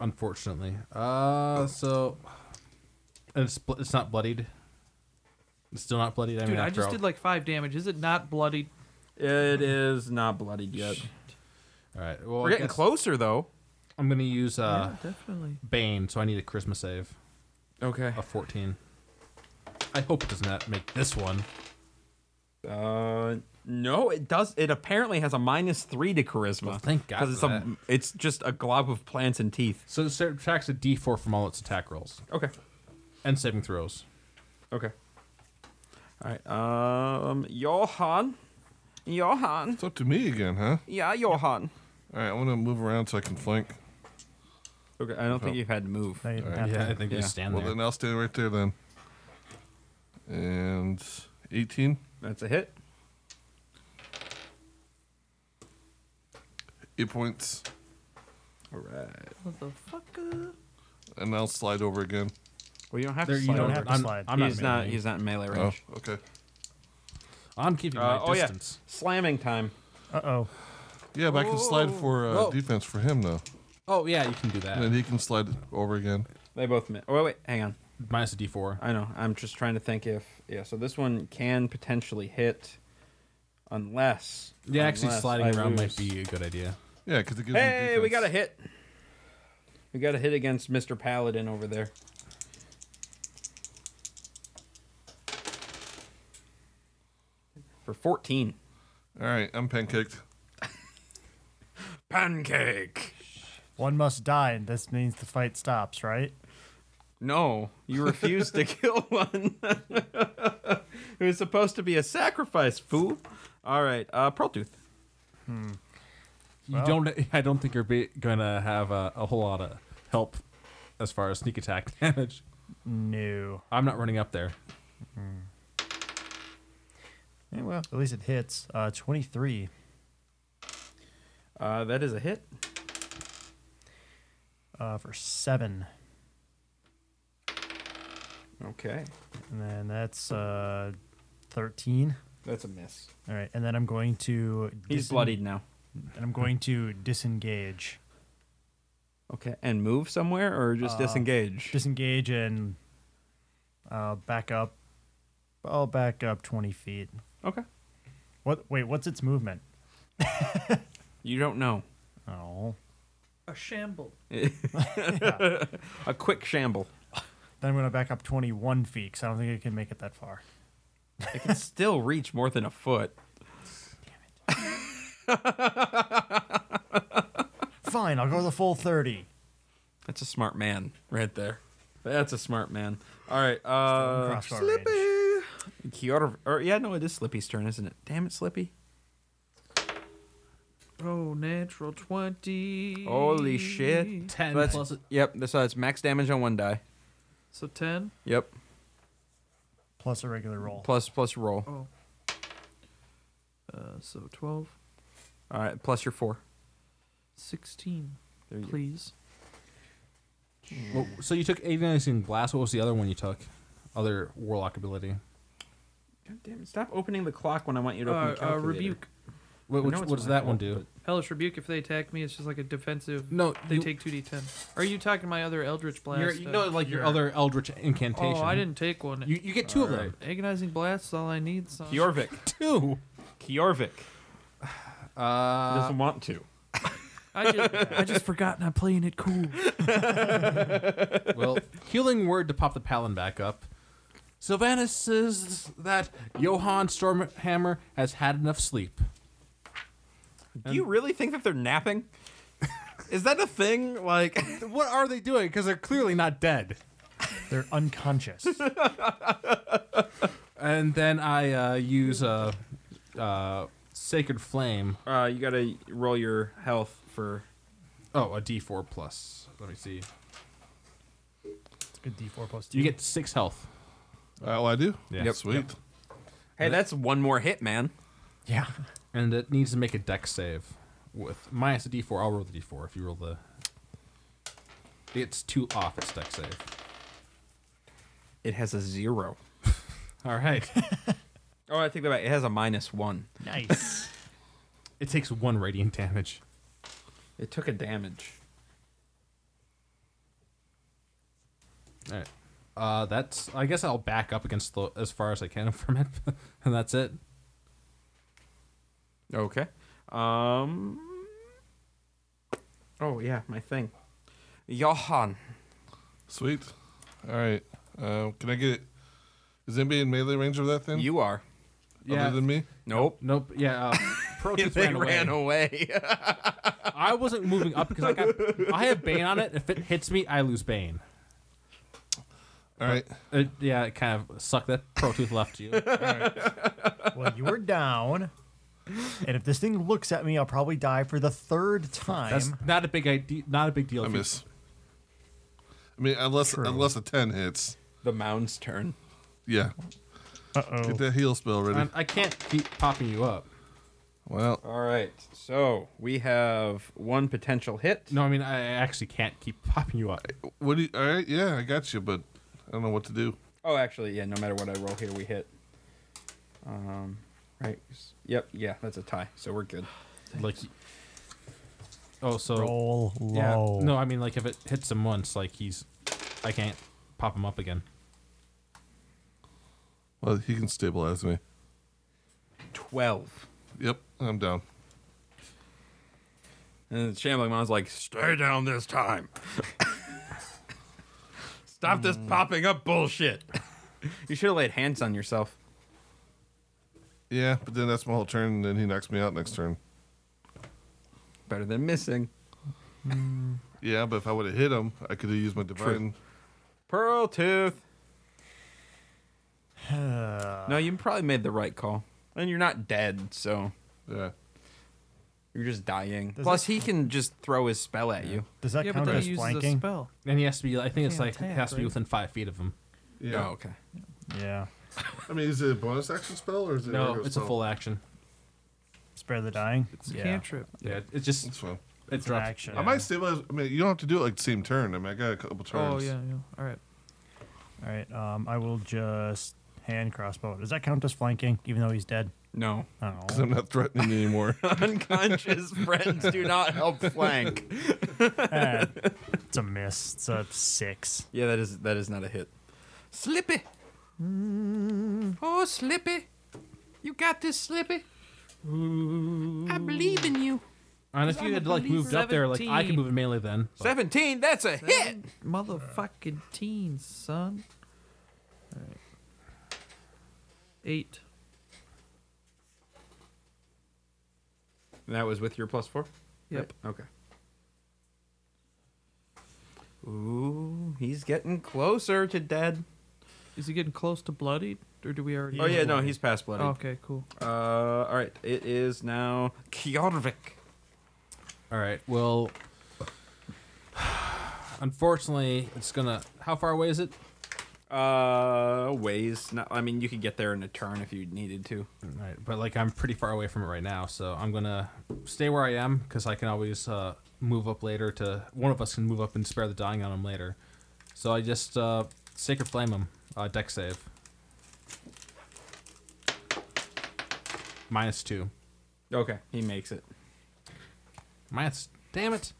[SPEAKER 4] unfortunately. Uh, so and it's bl- it's not bloodied. It's still not bloodied. I
[SPEAKER 5] Dude,
[SPEAKER 4] mean,
[SPEAKER 5] I
[SPEAKER 4] after
[SPEAKER 5] just
[SPEAKER 4] all-
[SPEAKER 5] did like five damage. Is it not bloodied?
[SPEAKER 2] It is not bloodied yet.
[SPEAKER 4] All right. Well,
[SPEAKER 2] We're
[SPEAKER 4] I
[SPEAKER 2] getting
[SPEAKER 4] guess
[SPEAKER 2] closer though.
[SPEAKER 4] I'm gonna use uh
[SPEAKER 5] yeah, definitely.
[SPEAKER 4] Bane, so I need a charisma save
[SPEAKER 2] Okay.
[SPEAKER 4] of 14. I hope it does not make this one.
[SPEAKER 2] Uh, no, it does. It apparently has a minus three to charisma.
[SPEAKER 4] Well, thank God
[SPEAKER 2] 'Cause
[SPEAKER 4] for
[SPEAKER 2] it's a,
[SPEAKER 4] that.
[SPEAKER 2] it's just a glob of plants and teeth.
[SPEAKER 4] So it subtracts a D4 from all its attack rolls
[SPEAKER 2] Okay.
[SPEAKER 4] and saving throws.
[SPEAKER 2] Okay. All right. Um, Johan, Johan,
[SPEAKER 3] It's up to me again, huh?
[SPEAKER 2] yeah, Johan.
[SPEAKER 3] All right, I want to move around so I can flank.
[SPEAKER 2] Okay, I don't think you've had to move.
[SPEAKER 1] They
[SPEAKER 3] Alright.
[SPEAKER 1] have to-
[SPEAKER 4] Yeah, I think
[SPEAKER 2] Uh, Yeah.
[SPEAKER 4] they stand
[SPEAKER 3] well,
[SPEAKER 4] there.
[SPEAKER 3] then I'll stay right there then. And 18,
[SPEAKER 2] That's a hit.
[SPEAKER 3] eight points,
[SPEAKER 2] All right.
[SPEAKER 5] What the fuck? uh?
[SPEAKER 3] and I'll slide over again.
[SPEAKER 2] Well, you don't have
[SPEAKER 4] There,
[SPEAKER 2] to.
[SPEAKER 4] you
[SPEAKER 2] Slide
[SPEAKER 4] don't
[SPEAKER 2] over.
[SPEAKER 4] have to
[SPEAKER 1] I'm-
[SPEAKER 4] slide.
[SPEAKER 1] I'm
[SPEAKER 2] he's not.
[SPEAKER 4] melee.
[SPEAKER 2] He's not in melee
[SPEAKER 3] Oh,
[SPEAKER 2] range.
[SPEAKER 3] okay.
[SPEAKER 4] I'm keeping
[SPEAKER 2] Uh,
[SPEAKER 4] my
[SPEAKER 2] oh yeah,
[SPEAKER 4] distance.
[SPEAKER 2] slamming time.
[SPEAKER 1] Uh-oh.
[SPEAKER 3] Yeah, but I can slide for uh,
[SPEAKER 4] Whoa.
[SPEAKER 3] defense for him though,
[SPEAKER 4] Oh yeah, you can do that.
[SPEAKER 3] and then he can slide over again.
[SPEAKER 2] They both. Mi- oh wait, hang on.
[SPEAKER 4] Minus a D4.
[SPEAKER 2] I know. I'm just trying to think if yeah. So this one can potentially hit, unless
[SPEAKER 4] Yeah, actually,
[SPEAKER 2] unless
[SPEAKER 4] sliding
[SPEAKER 2] I
[SPEAKER 4] around
[SPEAKER 2] lose.
[SPEAKER 4] might be a good idea.
[SPEAKER 3] Yeah, because it gives him
[SPEAKER 2] Hey, we got a
[SPEAKER 3] defense.
[SPEAKER 2] hit. We got a hit against Mr. Paladin over there. For 14.
[SPEAKER 3] All right, I'm pancaked.
[SPEAKER 2] Pancake.
[SPEAKER 1] One must die, and this means the fight stops, right?
[SPEAKER 2] No, you refused to kill one. *laughs* it was supposed to be a sacrifice, fool. All right, uh, Pearl Tooth.
[SPEAKER 4] You don't. *laughs* I don't think you're be, gonna have a, a whole lot of help as far as sneak attack *laughs* damage.
[SPEAKER 1] No.
[SPEAKER 4] I'm not running up there.
[SPEAKER 1] Eh, well, at least it hits. Uh, 23.
[SPEAKER 2] Uh, that is a hit.
[SPEAKER 1] uh, for seven,
[SPEAKER 2] Okay,
[SPEAKER 1] and then that's uh, thirteen.
[SPEAKER 2] that's a miss.
[SPEAKER 1] All right, and then I'm going to
[SPEAKER 2] He's
[SPEAKER 1] disen-
[SPEAKER 2] bloodied now.
[SPEAKER 1] and I'm going to disengage,
[SPEAKER 2] Okay, and move somewhere or just disengage?
[SPEAKER 1] disengage, and uh, back up. I'll back up twenty feet.
[SPEAKER 2] okay.
[SPEAKER 1] What? Wait, what's its movement?
[SPEAKER 2] You don't know.
[SPEAKER 1] Oh,
[SPEAKER 5] A shamble.
[SPEAKER 2] A quick shamble.
[SPEAKER 1] then I'm going to back up twenty-one feet because I don't think it can make it that far.
[SPEAKER 2] It can still reach more than a foot.
[SPEAKER 1] Fine, I'll go the full thirty.
[SPEAKER 2] That's a smart man right there. That's a smart man. All right.
[SPEAKER 1] in
[SPEAKER 2] Uh,
[SPEAKER 1] crossbow range.
[SPEAKER 2] Slippy. Kyoto. Or, yeah, no, it is Slippy's turn, isn't it? Damn it, Slippy.
[SPEAKER 5] Oh, natural twenty.
[SPEAKER 2] Holy shit.
[SPEAKER 4] Ten
[SPEAKER 2] That's-
[SPEAKER 4] plus.
[SPEAKER 2] Yep. That's, uh, it's max damage on one die.
[SPEAKER 5] So ten.
[SPEAKER 2] Yep.
[SPEAKER 1] Plus a regular roll.
[SPEAKER 2] Plus plus roll.
[SPEAKER 5] Oh. Uh, so twelve.
[SPEAKER 2] All right. Plus your four.
[SPEAKER 5] 16,
[SPEAKER 2] There you go.
[SPEAKER 5] please.
[SPEAKER 4] Well, so you took agonizing blast. What was the other one you took? Other warlock ability.
[SPEAKER 2] God damn it, stop opening the clock when I want you to open the
[SPEAKER 5] Uh, uh,
[SPEAKER 2] calculator.
[SPEAKER 5] rebuke.
[SPEAKER 4] What,
[SPEAKER 2] I
[SPEAKER 4] which,
[SPEAKER 2] know it's
[SPEAKER 4] what does
[SPEAKER 2] my
[SPEAKER 4] that one
[SPEAKER 2] fault,
[SPEAKER 4] do?
[SPEAKER 5] Hellish Rebuke, if they attack me, it's just like a defensive.
[SPEAKER 4] No,
[SPEAKER 5] They
[SPEAKER 4] you-
[SPEAKER 5] take 2d10. Are you talking my other Eldritch Blast?
[SPEAKER 4] Your,
[SPEAKER 5] uh,
[SPEAKER 4] no, like your other eldritch incantation.
[SPEAKER 5] Oh, I didn't take one.
[SPEAKER 4] You, you get two of them.
[SPEAKER 2] Alright.
[SPEAKER 5] Agonizing Blast is all I need, son.
[SPEAKER 2] Kjorvik. *laughs*
[SPEAKER 4] Two. *sighs*
[SPEAKER 2] Kjorvik
[SPEAKER 4] Uh,
[SPEAKER 2] doesn't want to.
[SPEAKER 5] I just, I just forgotten I'm playing it cool.
[SPEAKER 4] well, healing word to pop the paladin back up. Sylvanas says that Johann Stormhammer has had enough sleep.
[SPEAKER 2] Do you really think that they're
[SPEAKER 4] *laughs*
[SPEAKER 2] napping? Is that a thing? Like,
[SPEAKER 4] What are they doing? Because they're clearly not dead.
[SPEAKER 1] They're unconscious.
[SPEAKER 4] And then I uh, use uh, uh, Sacred Flame.
[SPEAKER 2] uh, you gotta roll your health for.
[SPEAKER 4] Oh, a D4 plus. Let me see.
[SPEAKER 1] it's a good D4 plus two.
[SPEAKER 4] You get six health.
[SPEAKER 3] Oh, I do.
[SPEAKER 4] Yeah. Yep.
[SPEAKER 3] Sweet.
[SPEAKER 2] Hey, that's one more hit, man.
[SPEAKER 1] yeah.
[SPEAKER 4] And it needs to make a dex save with minus a d4. I'll roll the d4 if you roll the. It's two off its dex save.
[SPEAKER 2] It has a zero.
[SPEAKER 4] All right. *laughs*
[SPEAKER 2] Oh, I think that back. It has a minus one.
[SPEAKER 1] Nice.
[SPEAKER 4] it takes one radiant damage.
[SPEAKER 2] It took a damage.
[SPEAKER 4] All right. Uh, that's. I guess I'll back up against the, as far as I can *laughs* from it, and that's it.
[SPEAKER 2] Okay. Um. Oh yeah, my thing. Johan.
[SPEAKER 3] Sweet. All right. Uh, can I get it? Is anybody in melee range of that thing?
[SPEAKER 2] You are.
[SPEAKER 3] Other than me?
[SPEAKER 2] Nope.
[SPEAKER 4] Nope. Yeah. *laughs* Uh,
[SPEAKER 2] *laughs*
[SPEAKER 4] Proteus
[SPEAKER 2] They
[SPEAKER 4] ran,
[SPEAKER 2] ran
[SPEAKER 4] away.
[SPEAKER 2] away. *laughs*
[SPEAKER 4] I wasn't moving up because I *laughs* got. I have Bane on it. If it hits me, I lose Bane.
[SPEAKER 3] All right.
[SPEAKER 4] It, yeah, it kind of sucked that Proteus left *laughs* you.
[SPEAKER 1] well, you were down. And if this thing looks at me, I'll probably die for the third time.
[SPEAKER 4] That's not a big idea. Not a big deal.
[SPEAKER 3] I
[SPEAKER 4] if you-
[SPEAKER 3] miss. I mean, unless
[SPEAKER 1] True.
[SPEAKER 3] unless a ten hits.
[SPEAKER 2] the mound's turn.
[SPEAKER 3] Yeah.
[SPEAKER 1] Uh-oh.
[SPEAKER 3] Get that heal spell ready.
[SPEAKER 4] I, I can't keep popping you up.
[SPEAKER 3] well,
[SPEAKER 2] All right. So we have one potential hit.
[SPEAKER 4] No, I mean I actually can't keep *laughs* popping you up.
[SPEAKER 3] what do you? All right. Yeah, I got you, but I don't know what to do.
[SPEAKER 2] Oh, actually, yeah. No matter what I roll here, we hit. Um. Right. Yep. Yeah. That's a tie. So we're good.
[SPEAKER 4] Like, oh, so
[SPEAKER 1] Roll
[SPEAKER 4] yeah.
[SPEAKER 1] low.
[SPEAKER 4] No, I mean like if it hits him once, like he's, I can't pop him up again.
[SPEAKER 3] Well, he can stabilize me.
[SPEAKER 2] Twelve.
[SPEAKER 3] Yep, I'm down.
[SPEAKER 2] And the shambling mom's like, "Stay down this time. Stop this popping up bullshit." Mm. you should have laid hands on yourself.
[SPEAKER 3] Yeah, but then that's my whole turn, and then he knocks me out next turn.
[SPEAKER 2] Better than missing.
[SPEAKER 3] Yeah, but if I would have hit him, I could have used my divine.
[SPEAKER 2] Pearl *sighs* tooth. no, you probably made the right call, and you're not dead, so
[SPEAKER 3] Yeah.
[SPEAKER 2] you're just dying.
[SPEAKER 1] Does
[SPEAKER 2] Plus, he can just throw his spell at you.
[SPEAKER 1] Does that
[SPEAKER 5] yeah, but
[SPEAKER 1] count
[SPEAKER 5] then
[SPEAKER 1] as
[SPEAKER 5] he uses a
[SPEAKER 1] flanking?
[SPEAKER 5] spell.
[SPEAKER 4] And he has to be. I think it's
[SPEAKER 5] Can't
[SPEAKER 4] like it
[SPEAKER 5] attack,
[SPEAKER 4] has to be
[SPEAKER 5] right?
[SPEAKER 4] within five feet of him.
[SPEAKER 3] Yeah.
[SPEAKER 2] Oh, okay.
[SPEAKER 1] Yeah.
[SPEAKER 3] I mean, is it a bonus action spell or is it? a
[SPEAKER 4] No,
[SPEAKER 3] regular
[SPEAKER 4] it's a
[SPEAKER 3] spell?
[SPEAKER 4] full action.
[SPEAKER 1] Spare the dying.
[SPEAKER 5] It's a cantrip.
[SPEAKER 4] Yeah, it, it just
[SPEAKER 3] It's fine.
[SPEAKER 4] it
[SPEAKER 1] an
[SPEAKER 4] drops.
[SPEAKER 1] action.
[SPEAKER 3] I might stabilize. I mean, you don't have to do it like the same turn. I mean, I got a couple
[SPEAKER 5] Oh,
[SPEAKER 3] turns.
[SPEAKER 5] yeah, yeah. All right.
[SPEAKER 1] All right. Um, I will just hand crossbow. Does that count as flanking, even though he's dead?
[SPEAKER 2] No, *laughs*
[SPEAKER 1] I
[SPEAKER 3] Because
[SPEAKER 1] don't
[SPEAKER 4] *laughs*
[SPEAKER 1] know.
[SPEAKER 3] *laughs* I'm not threatening anymore.
[SPEAKER 2] unconscious friends do not help flank.
[SPEAKER 1] Eh, it's a miss. It's a six.
[SPEAKER 2] Yeah, that is that is not a hit. Slippy. Oh, Slippy, you got this, Slippy. I believe in you.
[SPEAKER 4] Honestly, you had like moved up there. Like I can move in melee then. but-
[SPEAKER 2] Seventeen. That's a hit.
[SPEAKER 5] Motherfucking teen, son. All right. Eight.
[SPEAKER 2] And that was with your plus four?
[SPEAKER 5] Yep.
[SPEAKER 2] Okay. Ooh, he's getting closer to dead.
[SPEAKER 5] Is he getting close to bloodied? Or do we already.
[SPEAKER 2] oh, yeah, no, he's past bloody.
[SPEAKER 5] Oh, okay, cool.
[SPEAKER 2] Uh, all right, it is now Kjorvik.
[SPEAKER 4] All right. Well, *sighs* unfortunately, it's gonna. How far away is it?
[SPEAKER 2] Uh, ways. No, I mean, you could get there in a turn if you needed to.
[SPEAKER 4] All right, but like I'm pretty far away from it right now, so I'm gonna stay where I am because I can always uh, move up later to one of us can move up and spare the dying on him later. So I just uh, sacred flame him. Uh, deck save. Minus two.
[SPEAKER 2] Okay, he makes it.
[SPEAKER 4] Minus. Damn it!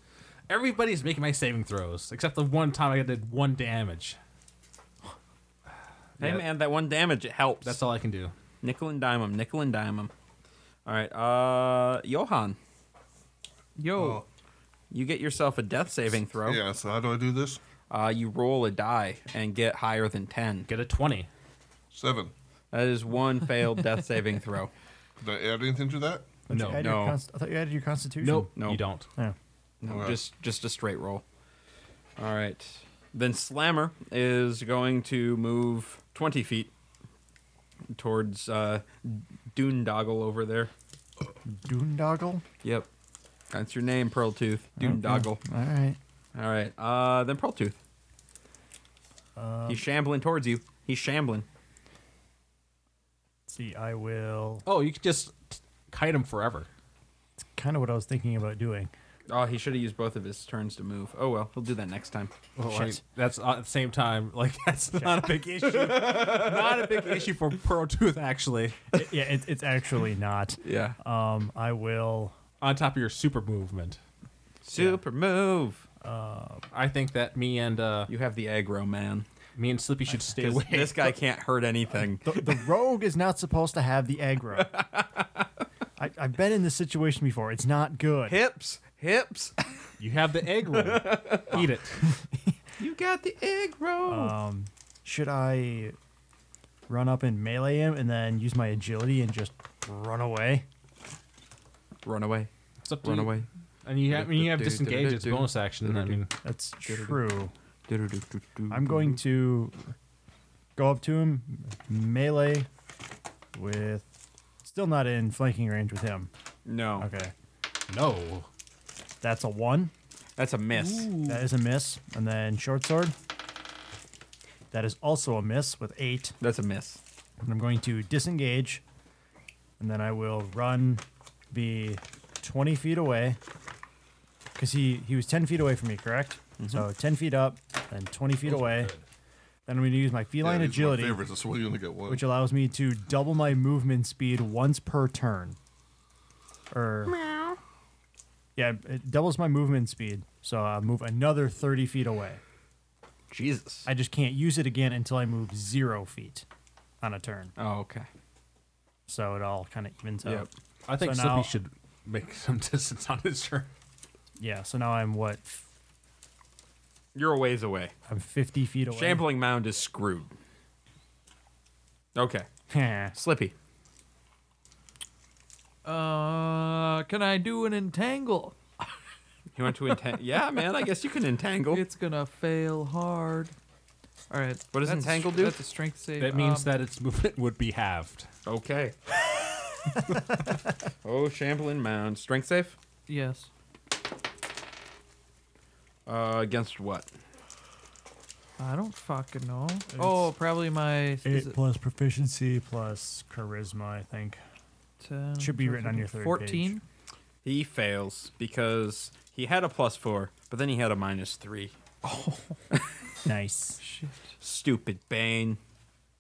[SPEAKER 4] Everybody's making my saving throws except the one time I did one damage.
[SPEAKER 2] Hey
[SPEAKER 4] Yeah.
[SPEAKER 2] man, that one damage it helps.
[SPEAKER 4] That's all I can do.
[SPEAKER 2] Nickel and dime him. Nickel and dime him. All right, uh, Johan,
[SPEAKER 5] Yo,
[SPEAKER 2] you get yourself a death saving throw.
[SPEAKER 3] *laughs* Yeah, so how do I do this?
[SPEAKER 2] Uh, you roll a die and get higher than ten.
[SPEAKER 4] Get a twenty.
[SPEAKER 3] Seven.
[SPEAKER 2] That is one failed death saving throw.
[SPEAKER 3] Did I add anything to that?
[SPEAKER 1] Don't you
[SPEAKER 4] No.
[SPEAKER 1] add your
[SPEAKER 2] No.
[SPEAKER 1] const- I thought you added your constitution.
[SPEAKER 4] Nope.
[SPEAKER 2] No.
[SPEAKER 4] You don't.
[SPEAKER 1] Yeah.
[SPEAKER 2] No,
[SPEAKER 3] Okay.
[SPEAKER 2] just just a straight roll. All right. Then Slammer is going to move 20 feet towards uh, Dune Doggle over there.
[SPEAKER 1] Doondoggle.
[SPEAKER 2] Yep. That's your name, Pearl Tooth. Dune Doggle.
[SPEAKER 1] All right.
[SPEAKER 2] All right. Uh, then Pearl Tooth. He's shambling towards you. He's shambling.
[SPEAKER 1] Let's see, I will.
[SPEAKER 4] Oh, you could just kite him forever.
[SPEAKER 1] It's kind of what I was thinking about doing.
[SPEAKER 2] Oh, he should have used both of his turns to move. Oh, well. He'll do that next time.
[SPEAKER 4] Well,
[SPEAKER 1] Shit.
[SPEAKER 4] like, that's uh, at the same time, *laughs* like that's not a big issue. not a big issue for Pearl Tooth, actually.
[SPEAKER 1] It- yeah, it, it's actually not.
[SPEAKER 2] Yeah.
[SPEAKER 1] Um, I will.
[SPEAKER 4] On top of your super movement,
[SPEAKER 2] Super move.
[SPEAKER 4] I think that me and uh,
[SPEAKER 2] You have the aggro, man.
[SPEAKER 4] me and Slippy should stay
[SPEAKER 2] 'Cause
[SPEAKER 4] away.
[SPEAKER 2] This guy can't hurt *laughs* anything.
[SPEAKER 1] The, the rogue is not supposed to have the
[SPEAKER 4] *laughs*
[SPEAKER 1] aggro. I, I've been in this situation before. It's not good.
[SPEAKER 2] Hips. Hips.
[SPEAKER 4] You have the egg *laughs* roll. Eat it.
[SPEAKER 2] You got the egg roll.
[SPEAKER 1] Um, should I run up and melee him and then use my agility and just run away?
[SPEAKER 2] run away.
[SPEAKER 4] It's up to
[SPEAKER 2] Run
[SPEAKER 4] you.
[SPEAKER 2] away.
[SPEAKER 4] And you have, I mean, you have disengage. It's bonus action. I mean,
[SPEAKER 1] That's true. I'm going to go up to him, melee with. Still not in flanking range with him.
[SPEAKER 2] No.
[SPEAKER 1] Okay.
[SPEAKER 4] no.
[SPEAKER 1] That's a one.
[SPEAKER 2] That's a miss.
[SPEAKER 1] That is a miss. And then short sword. That is also a miss with eight.
[SPEAKER 2] That's a miss.
[SPEAKER 1] And I'm going to disengage. And then I will run, be 20 feet away. Because he, he was 10 feet away from me, correct? So 10 feet up, then 20 feet away. Then I'm going to use my feline
[SPEAKER 3] yeah, these are my
[SPEAKER 1] agility,
[SPEAKER 3] favorites. That's why you only get one.
[SPEAKER 1] which allows me to double my movement speed once per turn. Or. Yeah, it doubles my movement speed. So I move another 30 feet away.
[SPEAKER 2] Jesus.
[SPEAKER 1] I just can't use it again until I move zero feet on a turn.
[SPEAKER 2] oh, okay.
[SPEAKER 1] So it all kind of evens
[SPEAKER 2] Yep.
[SPEAKER 1] out.
[SPEAKER 4] I think
[SPEAKER 1] So
[SPEAKER 4] Slippy
[SPEAKER 1] now-
[SPEAKER 4] should make some *laughs* distance on his turn.
[SPEAKER 1] Yeah. So now I'm what?
[SPEAKER 2] You're a ways away.
[SPEAKER 1] I'm 50 feet away. *laughs*
[SPEAKER 2] Shambling Mound is screwed. Okay.
[SPEAKER 1] Heh.
[SPEAKER 2] Slippy. Oh.
[SPEAKER 5] uh, can I do an entangle?
[SPEAKER 2] You want to entangle? *laughs* yeah, man. I guess you can entangle.
[SPEAKER 5] It's gonna fail hard. All right.
[SPEAKER 2] What does
[SPEAKER 5] that's-
[SPEAKER 2] entangle do?
[SPEAKER 5] That's a strength save.
[SPEAKER 4] That means
[SPEAKER 5] Um,
[SPEAKER 4] that its movement would be halved.
[SPEAKER 2] Okay. *laughs* oh, Shambling Mound. Strength safe?
[SPEAKER 5] Yes.
[SPEAKER 2] Uh, against what?
[SPEAKER 5] I don't fucking know. oh, probably my. Is
[SPEAKER 1] Eight
[SPEAKER 5] it
[SPEAKER 1] plus proficiency plus charisma, I think.
[SPEAKER 5] 10,
[SPEAKER 1] Should be written on your third page.
[SPEAKER 5] 14?
[SPEAKER 2] He fails because he had a plus four, but then he had a minus three.
[SPEAKER 1] Nice.
[SPEAKER 5] Shit.
[SPEAKER 2] Stupid Bane.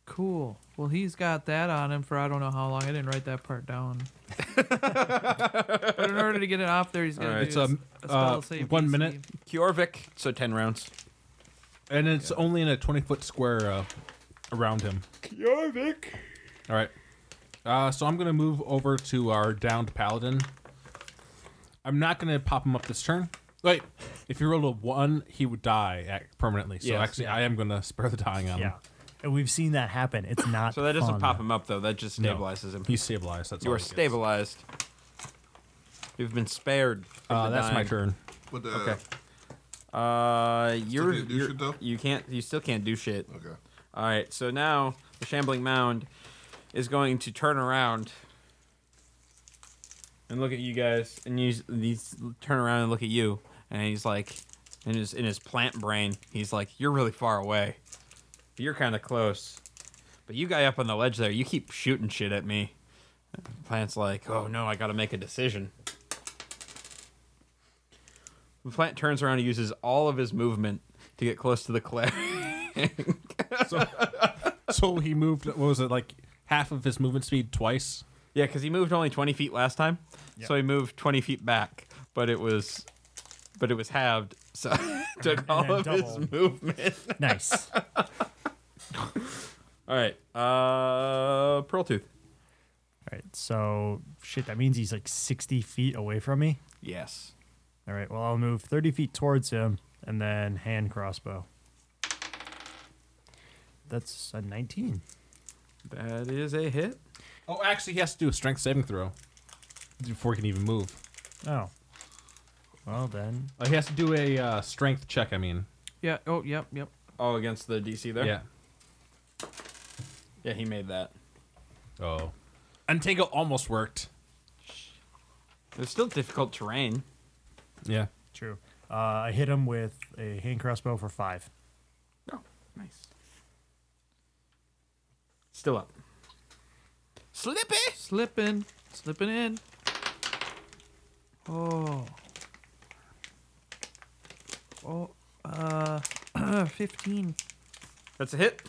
[SPEAKER 5] Cool. Well, he's got that on him for I don't know how long. I didn't write that
[SPEAKER 2] *laughs*
[SPEAKER 5] part down. but in order to get it off there, he's gonna
[SPEAKER 2] Alright.
[SPEAKER 5] do
[SPEAKER 4] It's, um,
[SPEAKER 5] a spell
[SPEAKER 4] uh,
[SPEAKER 5] save
[SPEAKER 4] one
[SPEAKER 5] DC.
[SPEAKER 4] minute.
[SPEAKER 2] Kjorvik. So 10 rounds.
[SPEAKER 4] And it's only in a 20 foot square uh, around him.
[SPEAKER 2] Kjorvik.
[SPEAKER 4] All right. Uh, so I'm going to move over to our downed paladin. I'm not going to pop him up this turn. Wait, if he rolled a one, he would die ac- permanently. So
[SPEAKER 2] Yes.
[SPEAKER 4] actually, I am going to spare the dying on him.
[SPEAKER 1] Yeah. And we've seen that happen.
[SPEAKER 2] *laughs*
[SPEAKER 1] It's not.
[SPEAKER 2] So that doesn't
[SPEAKER 1] fun.
[SPEAKER 2] pop him up though. That just
[SPEAKER 4] No.
[SPEAKER 2] stabilizes him.
[SPEAKER 4] He's stabilized. That's
[SPEAKER 2] you
[SPEAKER 4] all
[SPEAKER 2] are
[SPEAKER 4] he gets.
[SPEAKER 2] stabilized. You've been spared. from
[SPEAKER 4] Uh,
[SPEAKER 2] the
[SPEAKER 4] that's my
[SPEAKER 2] dying. *laughs*
[SPEAKER 4] turn.
[SPEAKER 3] But, uh,
[SPEAKER 2] Okay. Uh, you're,
[SPEAKER 3] can't do
[SPEAKER 2] you're
[SPEAKER 3] shit, though?
[SPEAKER 2] you can't you still can't do shit.
[SPEAKER 3] Okay.
[SPEAKER 2] All right. So now the shambling mound is going to turn around and look at you guys, and you these turn around and look at you, and he's like, in his in his plant brain, he's like, "You're really far away. You're kind of close, but you guy up on the ledge there, you keep shooting shit at me." Plant's like, "Oh no, I got to make a decision." The plant turns around and uses all of his movement to get close to the cleric. *laughs*
[SPEAKER 4] So, so he moved. What was it like? Half of his movement speed twice.
[SPEAKER 2] yeah, because he moved only 20 feet last time, so he moved 20 feet back, but it was, but it was halved, so *laughs* it
[SPEAKER 4] *laughs*
[SPEAKER 2] took all
[SPEAKER 1] then
[SPEAKER 2] of his
[SPEAKER 1] doubled.
[SPEAKER 2] movement.
[SPEAKER 1] *laughs*
[SPEAKER 2] *laughs*
[SPEAKER 1] Nice.
[SPEAKER 2] All right, uh, Pearl Tooth.
[SPEAKER 1] All right, so shit, that means he's like 60 feet away from me.
[SPEAKER 2] Yes.
[SPEAKER 1] All right, well, I'll move 30 feet towards him and then hand crossbow. That's a 19.
[SPEAKER 2] That is a hit.
[SPEAKER 4] Oh, actually, he has to do a strength saving throw before he can even move.
[SPEAKER 1] Oh. Well, then.
[SPEAKER 4] Uh, he has to do a uh, strength check. I mean,
[SPEAKER 5] Yeah. Oh, yep, yep.
[SPEAKER 2] Oh, against the DC there.
[SPEAKER 4] yeah.
[SPEAKER 2] Yeah, he made that.
[SPEAKER 4] Oh, untangle almost worked.
[SPEAKER 2] It's still difficult terrain.
[SPEAKER 4] Yeah.
[SPEAKER 1] True. Uh, I hit him with a hand crossbow for five.
[SPEAKER 2] Oh, nice. Still up. Slippy.
[SPEAKER 5] Slipping, slipping in. Oh. Oh, uh, *clears throat* 15.
[SPEAKER 2] That's a
[SPEAKER 4] *sighs*
[SPEAKER 2] hit.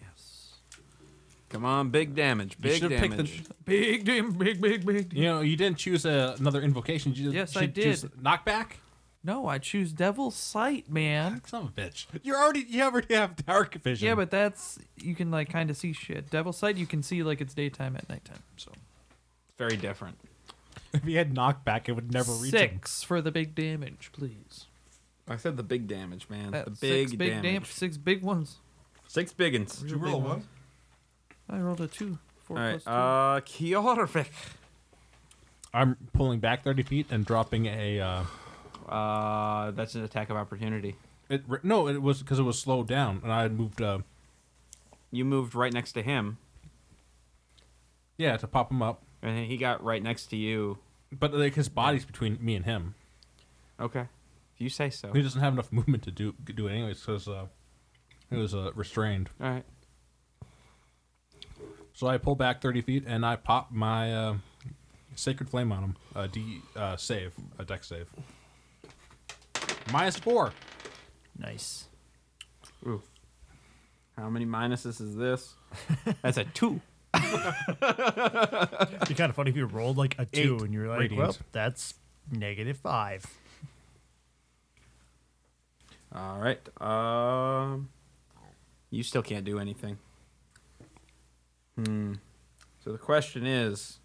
[SPEAKER 5] Yes.
[SPEAKER 2] Come on, big damage,
[SPEAKER 4] You
[SPEAKER 2] big
[SPEAKER 4] should've picked the-
[SPEAKER 2] damage.
[SPEAKER 5] Big, damn, big, big, big.
[SPEAKER 4] You know, you didn't choose a, another invocation. You just,
[SPEAKER 5] Yes,
[SPEAKER 4] you
[SPEAKER 5] I
[SPEAKER 4] choose
[SPEAKER 5] did.
[SPEAKER 4] Knockback.
[SPEAKER 5] No, I choose Devil's Sight, man.
[SPEAKER 4] Son of a bitch. You're already. You already have dark vision.
[SPEAKER 5] Yeah, but that's, you can, like, kind of see shit. Devil's Sight, you can see, like, it's daytime at nighttime, so.
[SPEAKER 2] Very different.
[SPEAKER 4] *laughs* if he had knockback, it would never reach him.
[SPEAKER 5] Six for the big damage, please.
[SPEAKER 2] I said the big damage, man.
[SPEAKER 5] That's
[SPEAKER 2] the big,
[SPEAKER 5] Uh, six big
[SPEAKER 2] damage.
[SPEAKER 5] dam- six big ones.
[SPEAKER 2] Six biggins.
[SPEAKER 3] Did you roll
[SPEAKER 5] big
[SPEAKER 3] one?
[SPEAKER 5] I rolled a two. Four
[SPEAKER 2] All right,
[SPEAKER 5] plus two.
[SPEAKER 2] uh, Kiorvik.
[SPEAKER 4] I'm pulling back 30 feet and dropping a. Uh,
[SPEAKER 2] Uh, that's an attack of opportunity.
[SPEAKER 4] it, no, it was because it was slowed down, and I had moved. Uh,
[SPEAKER 2] You moved right next to him,
[SPEAKER 4] yeah, to pop him up,
[SPEAKER 2] and he got right next to you.
[SPEAKER 4] but like his body's between me and him.
[SPEAKER 2] Okay, if you say so.
[SPEAKER 4] He doesn't have enough *laughs* movement to do do it anyways because uh, it was uh, restrained.
[SPEAKER 2] All right.
[SPEAKER 4] So I pull back 30 feet and I pop my uh, sacred flame on him. Uh, D uh, save, a deck save. Minus four.
[SPEAKER 1] Nice.
[SPEAKER 2] Ooh. How many minuses is this? That's a two.
[SPEAKER 1] It'd be kind of funny if you rolled like a two
[SPEAKER 4] Eight
[SPEAKER 1] and you're like,
[SPEAKER 4] radiant.
[SPEAKER 1] well, that's negative five.
[SPEAKER 2] All right. Um, you still can't do anything. Hmm. So the question is,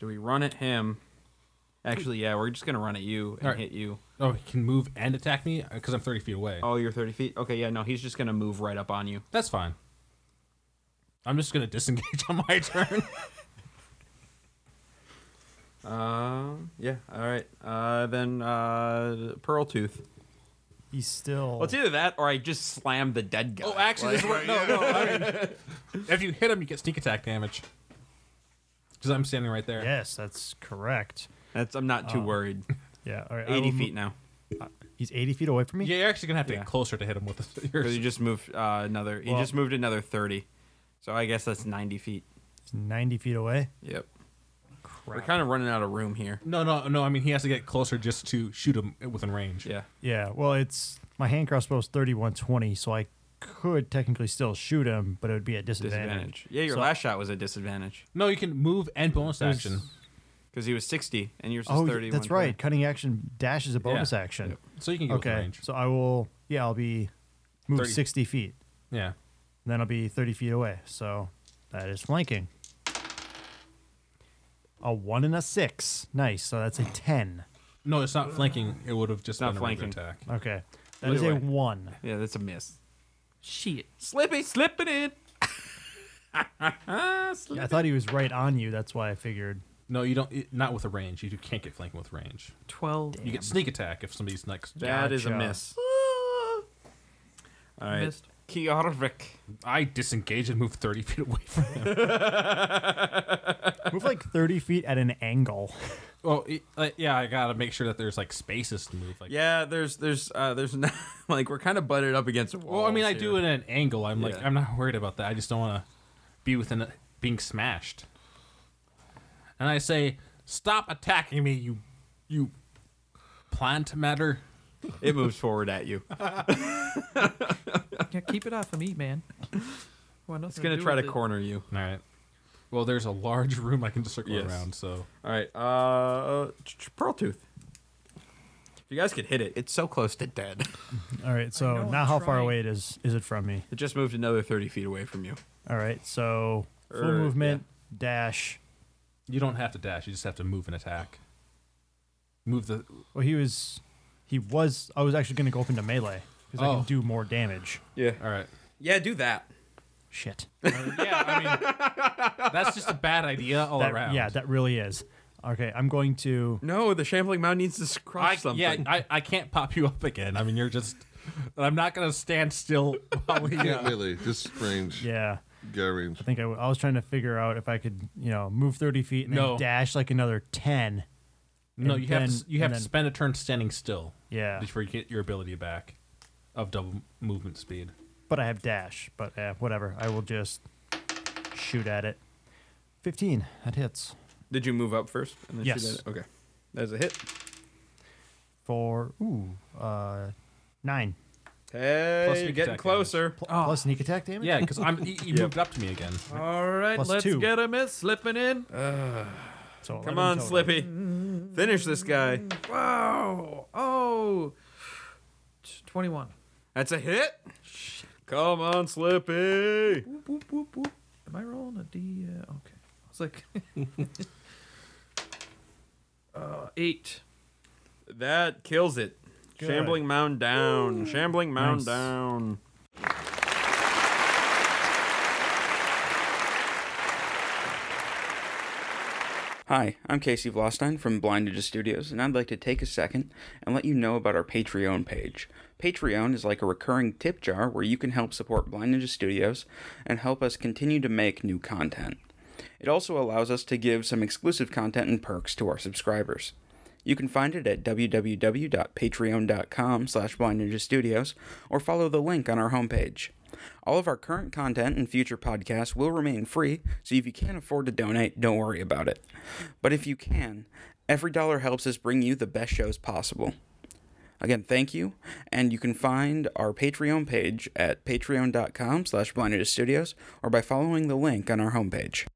[SPEAKER 2] do we run at him? Actually, yeah, we're just gonna run at you and
[SPEAKER 4] All right.
[SPEAKER 2] hit you.
[SPEAKER 4] Oh, he can move and attack me because I'm 30 feet away.
[SPEAKER 2] Oh, you're 30 feet. Okay, yeah, no, he's just gonna move right up on you.
[SPEAKER 4] That's fine. I'm just gonna *laughs* disengage on
[SPEAKER 2] *laughs*
[SPEAKER 4] my turn.
[SPEAKER 2] Um, yeah. All right. Uh, then uh, Pearl Tooth.
[SPEAKER 1] He's still.
[SPEAKER 2] Well, it's either that or I just slammed the dead guy.
[SPEAKER 4] Oh, actually, this is what, no, no. I mean, if you hit him, you get sneak attack damage. Because I'm standing right there.
[SPEAKER 1] yes, that's correct.
[SPEAKER 2] That's. I'm
[SPEAKER 4] Oh.
[SPEAKER 2] not too
[SPEAKER 4] *laughs*
[SPEAKER 2] worried.
[SPEAKER 1] Yeah. All right. I
[SPEAKER 2] 80
[SPEAKER 1] will
[SPEAKER 4] Um,
[SPEAKER 1] mo-
[SPEAKER 2] feet now.
[SPEAKER 1] He's 80 feet away from me?
[SPEAKER 4] Yeah, you're actually gonna have to
[SPEAKER 2] Yeah.
[SPEAKER 4] get closer to hit him with the- *laughs*
[SPEAKER 2] Because
[SPEAKER 4] yours.
[SPEAKER 2] you just moved uh, another. You
[SPEAKER 1] Well-
[SPEAKER 2] just moved another thirty, so I guess that's ninety feet.
[SPEAKER 1] He's 90 feet away.
[SPEAKER 2] Yep. We're
[SPEAKER 1] Crap.
[SPEAKER 2] kind of running out of room here.
[SPEAKER 4] No, no, no. I mean, he has to get closer just to shoot him within range.
[SPEAKER 2] Yeah.
[SPEAKER 1] Yeah, well, it's my hand crossbow is thirty-one twenty, so I could technically still shoot him, but it would be at disadvantage.
[SPEAKER 2] Disadvantage. Yeah, your
[SPEAKER 1] So-
[SPEAKER 2] last shot was a disadvantage
[SPEAKER 4] No, you can move and bonus
[SPEAKER 1] There's-
[SPEAKER 4] action.
[SPEAKER 2] because he was sixty and yours was
[SPEAKER 1] Oh,
[SPEAKER 2] thirty.
[SPEAKER 1] that's right. Cutting action dash is a bonus
[SPEAKER 4] Yeah.
[SPEAKER 1] action.
[SPEAKER 2] Yep.
[SPEAKER 4] So you can get within
[SPEAKER 1] Okay,
[SPEAKER 4] range.
[SPEAKER 1] so I will. Yeah, I'll be move
[SPEAKER 4] 30.
[SPEAKER 1] sixty feet,
[SPEAKER 4] Yeah.
[SPEAKER 1] and then I'll be thirty feet away. So that is flanking. A one and a six. Nice. So that's a ten.
[SPEAKER 4] No, it's not flanking. It would have just
[SPEAKER 2] Not
[SPEAKER 4] been a regular
[SPEAKER 2] flanking.
[SPEAKER 4] attack.
[SPEAKER 1] Okay, that
[SPEAKER 2] Either
[SPEAKER 1] is
[SPEAKER 2] way.
[SPEAKER 1] a one.
[SPEAKER 2] Yeah, that's a miss.
[SPEAKER 5] Shit.
[SPEAKER 2] Slippy, slipping in.
[SPEAKER 1] I thought he was right on you. That's why I figured.
[SPEAKER 4] No, you don't. it- not with a range. You can't get flanking with range.
[SPEAKER 5] 12.
[SPEAKER 4] You get sneak attack if somebody's next.
[SPEAKER 2] That is a
[SPEAKER 1] Gotcha.
[SPEAKER 2] miss.
[SPEAKER 4] Ah.
[SPEAKER 2] All right.
[SPEAKER 5] Missed.
[SPEAKER 2] Kiarvik.
[SPEAKER 4] I disengage and move thirty *laughs* feet away from him.
[SPEAKER 1] Move
[SPEAKER 5] *laughs*
[SPEAKER 1] like thirty feet at an angle. *laughs*
[SPEAKER 4] well, it, uh, yeah, I gotta make sure that there's like spaces to move. Like,
[SPEAKER 2] Yeah, there's there's uh there's *laughs* not, like we're kind of butted up against. Walls
[SPEAKER 4] Well, I mean, I do
[SPEAKER 2] here.
[SPEAKER 4] it at an angle. I'm like,
[SPEAKER 2] Yeah.
[SPEAKER 4] I'm not worried about that. I just don't want to be within a, being smashed. And I say, "Stop attacking me, you, you plant matter.
[SPEAKER 2] It moves forward at
[SPEAKER 4] *laughs*
[SPEAKER 2] you.
[SPEAKER 5] Yeah, keep it off of me, man. Well,
[SPEAKER 2] It's gonna try to corner you.
[SPEAKER 4] All right. Well, there's a large *laughs* room I can just circle
[SPEAKER 2] Yes.
[SPEAKER 4] around. So
[SPEAKER 2] All right, uh, ch- ch- Pearl Tooth. If you guys could hit it, it's so close to dead.
[SPEAKER 1] All right, so
[SPEAKER 5] know,
[SPEAKER 1] now
[SPEAKER 5] I'm
[SPEAKER 1] how far
[SPEAKER 5] trying.
[SPEAKER 1] away it is is it from me?
[SPEAKER 2] It just moved another thirty feet away from you.
[SPEAKER 1] All right, so full
[SPEAKER 2] Er,
[SPEAKER 1] movement dash.
[SPEAKER 4] you don't have to dash. You just have to move and attack. Move the.
[SPEAKER 1] Well, he was, he was. I was actually going to go up into melee because I
[SPEAKER 4] Oh.
[SPEAKER 1] can do more damage.
[SPEAKER 2] Yeah.
[SPEAKER 1] *laughs*
[SPEAKER 4] All right.
[SPEAKER 2] Yeah, do that.
[SPEAKER 1] Shit.
[SPEAKER 4] yeah, I mean, that's just a bad idea all
[SPEAKER 1] That-
[SPEAKER 4] around.
[SPEAKER 1] Yeah, that really is. Okay, I'm going to.
[SPEAKER 2] No, the shambling mound needs to crush
[SPEAKER 4] I,
[SPEAKER 2] something.
[SPEAKER 4] yeah, I, I can't pop you up again. I mean, you're just. I'm not gonna stand still while
[SPEAKER 1] *laughs*
[SPEAKER 4] uh, he.
[SPEAKER 3] Can't really. Just range.
[SPEAKER 1] Yeah,
[SPEAKER 3] Guy range.
[SPEAKER 1] I think I, w- I was trying to figure out if I could, you know, move 30 feet and
[SPEAKER 4] No.
[SPEAKER 1] then dash like another 10.
[SPEAKER 4] No,
[SPEAKER 1] And
[SPEAKER 4] you have to, s-
[SPEAKER 1] then-
[SPEAKER 4] you have
[SPEAKER 1] and
[SPEAKER 4] to
[SPEAKER 1] then-
[SPEAKER 4] spend a turn standing still
[SPEAKER 1] Yeah,
[SPEAKER 4] before you get your ability back of double movement speed.
[SPEAKER 1] but I have dash. But uh, whatever, I will just shoot at it. 15. That hits.
[SPEAKER 2] Did you move up first? And then
[SPEAKER 1] Yes.
[SPEAKER 2] shoot at it? Okay. That's a hit.
[SPEAKER 1] For ooh, uh, nine.
[SPEAKER 2] Hey,
[SPEAKER 4] Plus
[SPEAKER 2] you're
[SPEAKER 4] sneak
[SPEAKER 2] getting
[SPEAKER 4] attack
[SPEAKER 2] closer.
[SPEAKER 1] Pl- Plus sneak attack damage.
[SPEAKER 4] Ah. Yeah, because I'm
[SPEAKER 1] *laughs*
[SPEAKER 4] you, you moved up to me again.
[SPEAKER 5] All right,
[SPEAKER 1] Plus
[SPEAKER 5] let's
[SPEAKER 1] two.
[SPEAKER 5] get him. It's slipping in.
[SPEAKER 2] Uh.
[SPEAKER 1] So
[SPEAKER 2] Come
[SPEAKER 1] 11
[SPEAKER 2] on,
[SPEAKER 1] total.
[SPEAKER 2] Slippy. Finish this guy.
[SPEAKER 5] Wow. Oh. 21.
[SPEAKER 2] That's a hit. Come on, Slippy.
[SPEAKER 5] Whoop, whoop, whoop, whoop. Am I rolling a D? Uh, okay. I was like. *laughs* uh, eight.
[SPEAKER 2] That kills it.
[SPEAKER 1] Good.
[SPEAKER 2] Shambling mound down. Shambling mound
[SPEAKER 1] Nice.
[SPEAKER 2] down.
[SPEAKER 6] Hi, I'm Casey Vlostein from Blind Ninja Studios, and I'd like to take a second and let you know about our Patreon page. Patreon is like a recurring tip jar where you can help support Blind Ninja Studios and help us continue to make new content. It also allows us to give some exclusive content and perks to our subscribers. You can find it at www.patreon.com slash Blind Ninja Studios or follow the link on our homepage. All of our current content and future podcasts will remain free, so if you can't afford to donate, don't worry about it. But if you can, every dollar helps us bring you the best shows possible. Again, thank you, and you can find our Patreon page at patreon.com slash Blind Ninja Studios or by following the link on our homepage.